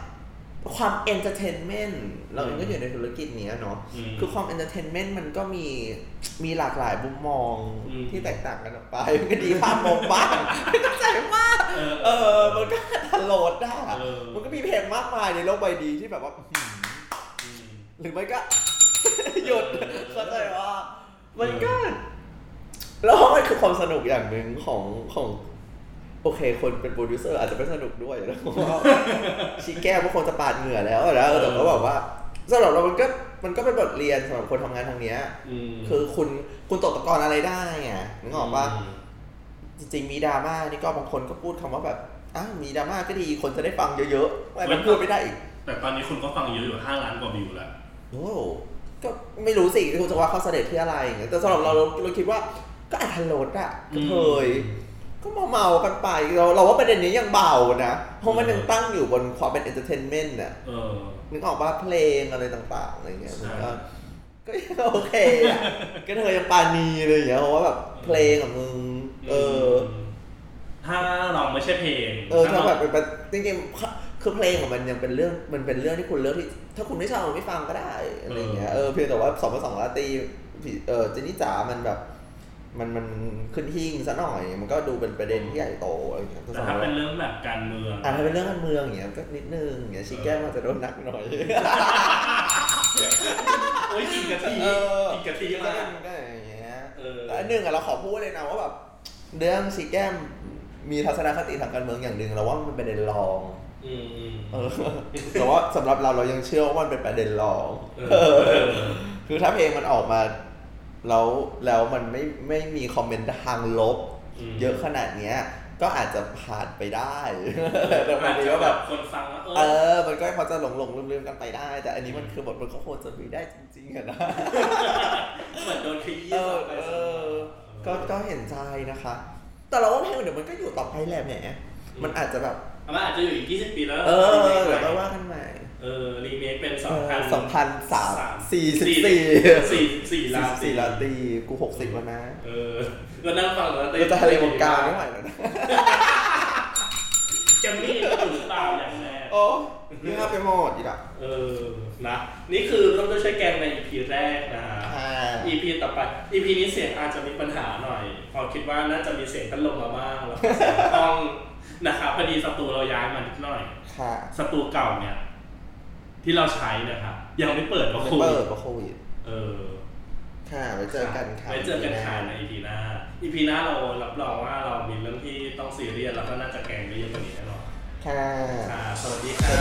S2: ความเอนเตอร์เทนเมนต์เราเองก็อยู่ในธุรกิจเนี้ยเนาะ
S1: ม
S2: คือความเอนเตอร์เทนเมนต์มันก็มีมีหลากหลายมุมมอง
S1: อืม
S2: ที่แตกต่างกันออกไปมันก็ดีภาพมองบ้าง ไม่เข้าใจว่า
S1: เออ
S2: เออมันก็ทะโลดได้
S1: เออ
S2: มันก็มีเพลงมากมายในโลกใบดีที่แบบว่า
S1: อืม
S2: หรือไม่ก็ ห ยุด
S1: เออ
S2: เข้าใจว่ามันก็แล้วมันคือความสนุกอย่างหนึ่งของของ โอเค คนเป็นโปรดิวเซอร์อาจจะไม่สนุก ด้วยนะเพราะว่าชี้แก้วพวกคนจะปาดเหงื่อแล้วนะเออแต่ก็
S1: เออ
S2: แบบว่าสำหรับเรามันก็มันก็เป็นบทเรียนสำหรับคนทำงานทางเนี้ย
S1: อืม
S2: คือคุณคุณตกตะกอนอะไรได้ไงนึกออกปะ
S1: ม
S2: จริง ๆ มีดราม่านี่ก็บางคนก็พูดคำว่าแบบอ้าวมีดราม่าก็ดีคนจะได้ฟังเยอะๆไม่มันพูดไม่ได้อีก
S1: แต่ตอนนี้คนก็ฟังเยอะอยู่ห้าล้านกว่าวิวแล้ว
S2: โอ้ก็ไม่รู้สิคุณจะว่าเขาเสด็จที่อะไรอย่างเงี้ยแต่สำหรับเราเราเราคิดว่าก็อัธรสอะกระเทยก็เมาๆกันไปเราเราว่าประเด็นนี้ยังเบานะเพราะมันยังตั้งอยู่บนความเป็นเอนเตอร์เทนเมนต์น่ะ
S1: เออ
S2: นึกออกป่ะเพลงอะไรต่างๆอะไรเงี้ย
S1: ใช่
S2: มันก็ก็ยังโอเคอะกระเทยยังปานีเลยอย่างเงี้ยเพราะว่าแบบเพลงอะมึงเออ
S1: มถ้าเราไม่ใช่เพลง
S2: เออ
S1: ถ้า
S2: ถ้า
S1: เรา
S2: แบบเป็นเป็นจริงๆคือเพลงของมันยังเป็นเรื่องมันเป็นเรื่องที่คุณเลือกที่ถ้าคุณไม่ชอบไม่ฟังก็ได้อะไรอย่างเงี้ยเออเพียงแต่ว่าสองพันสองลาตีเออเจนนี่จ๋ามันแบบมันมันขึ้นหิ้งซะหน่อย มันก็ดูเป็นประเด็นที่ใหญ่โตอะไรอย่างเงี้ย
S1: แต่ถ้าเป็นเรื่องแบบการเมือง
S2: อ่ะถ้าเป็นเรื่องการเมืองอย่างเงี้ยก็นิดนึงอย่างเงี้ยชิคแก้มอาจจะโดนหนักหน่อย
S1: โอ้ยกินกะทิ
S2: เออ
S1: กินกะทิมาก
S2: ก็อย่างเงี้ย
S1: เออ
S2: แต่อันหนึ่งอะเราขอพูดเลยนะว่าแบบเรื่องชิคแก้มมีทัศนคติทางการเมืองอย่างหนึ่งเราว่ามันเป็นประเด็นรอง
S1: อืมอืม
S2: เออแต่ว่าสำหรับเราเรายังเชื่อว่ามันเป็นประเด็นรอง
S1: เออ
S2: เออ คือถ้าเพลงมันออกมา แล้วแล้วมันไม่ไม่มีคอมเมนต์ทางลบ
S1: อืม
S2: เยอะขนาดเนี้ย ก็อาจจะผ่านไปได้ แต่มันนี้ก็แบบ
S1: คนฟังแล้วเอ
S2: เอ
S1: อ
S2: อ มันก็พอจะหลงหลงลืมลืมๆกันไปได้ แต่อันนี้มันคือบทมันก็โคตรจะมีได้จริงๆอะนะ
S1: เหมือนโดนขยี้
S2: เออ
S1: ต่อไป
S2: เอ
S1: เสม
S2: อ
S1: อ
S2: ก็ก็เห็นใจนะคะ แต่เราว่าเพลงเดี๋ยวมันก็อยู่ต่อไปแหละแหม
S1: ม
S2: มันอาจจะแบบ
S1: มันอาจจะอยู่อีก 20 ปีแล้ว
S2: เออ
S1: รีมค
S2: เดี๋ยว
S1: ให
S2: ไป
S1: ม่
S2: ว่ากันใหม่
S1: เออรีเมคเป็น
S2: เอ
S1: 2 0
S2: อ
S1: 0
S2: สองพันสามสี่สิบสี่
S1: สี่สี่ล้าน
S2: สี่ลาตีกูหกสิบแล้วนะ
S1: เออก็นั่งฟังแล้ว
S2: เราจะทะเลวงการไม่ไหวแล้วนะ
S1: จะมีอยู่หรือเปล่าอย่างแน่
S2: โอ้ยยากไปหมดอีกอ่ะ
S1: เออ นะ นี่คือร่วมด้วยช่วยแกงใน EP แรกนะฮะ
S2: อ่า
S1: EP ต่อไป EP นี้เสียงอาจจะมีปัญหาหน่อยเพอคิดว่าน่าจะมีเสียงพัดลมมาบ้างแล้วก็เสียงกล้อง นะครับพอดีสตูเราย้ายมานิดหน่อย
S2: ค่ะ
S1: สตูเก่าเนี่ย ที่เราใช้นะครับยังไม่เปิดก็
S2: ไม่
S1: คุย
S2: เปิดเพราะโควิด
S1: เออ
S2: ค่ะไว้เจอกันค่ะ
S1: ไว้เจอกันค่ะใน EP หน้า EP หน้าเรารับรองว่าเรามีเรื่องที่ต้องซีเรียสแล้วก็น่าจะแกงได้เยอะกว่านี้แน่นอน
S2: ค่ะ
S1: อ่าสวัสดี
S2: ส
S1: ค่ะ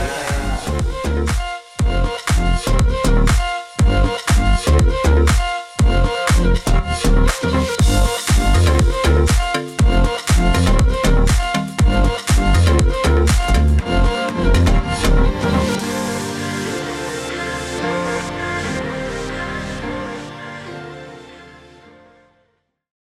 S2: วัสดีค่ะ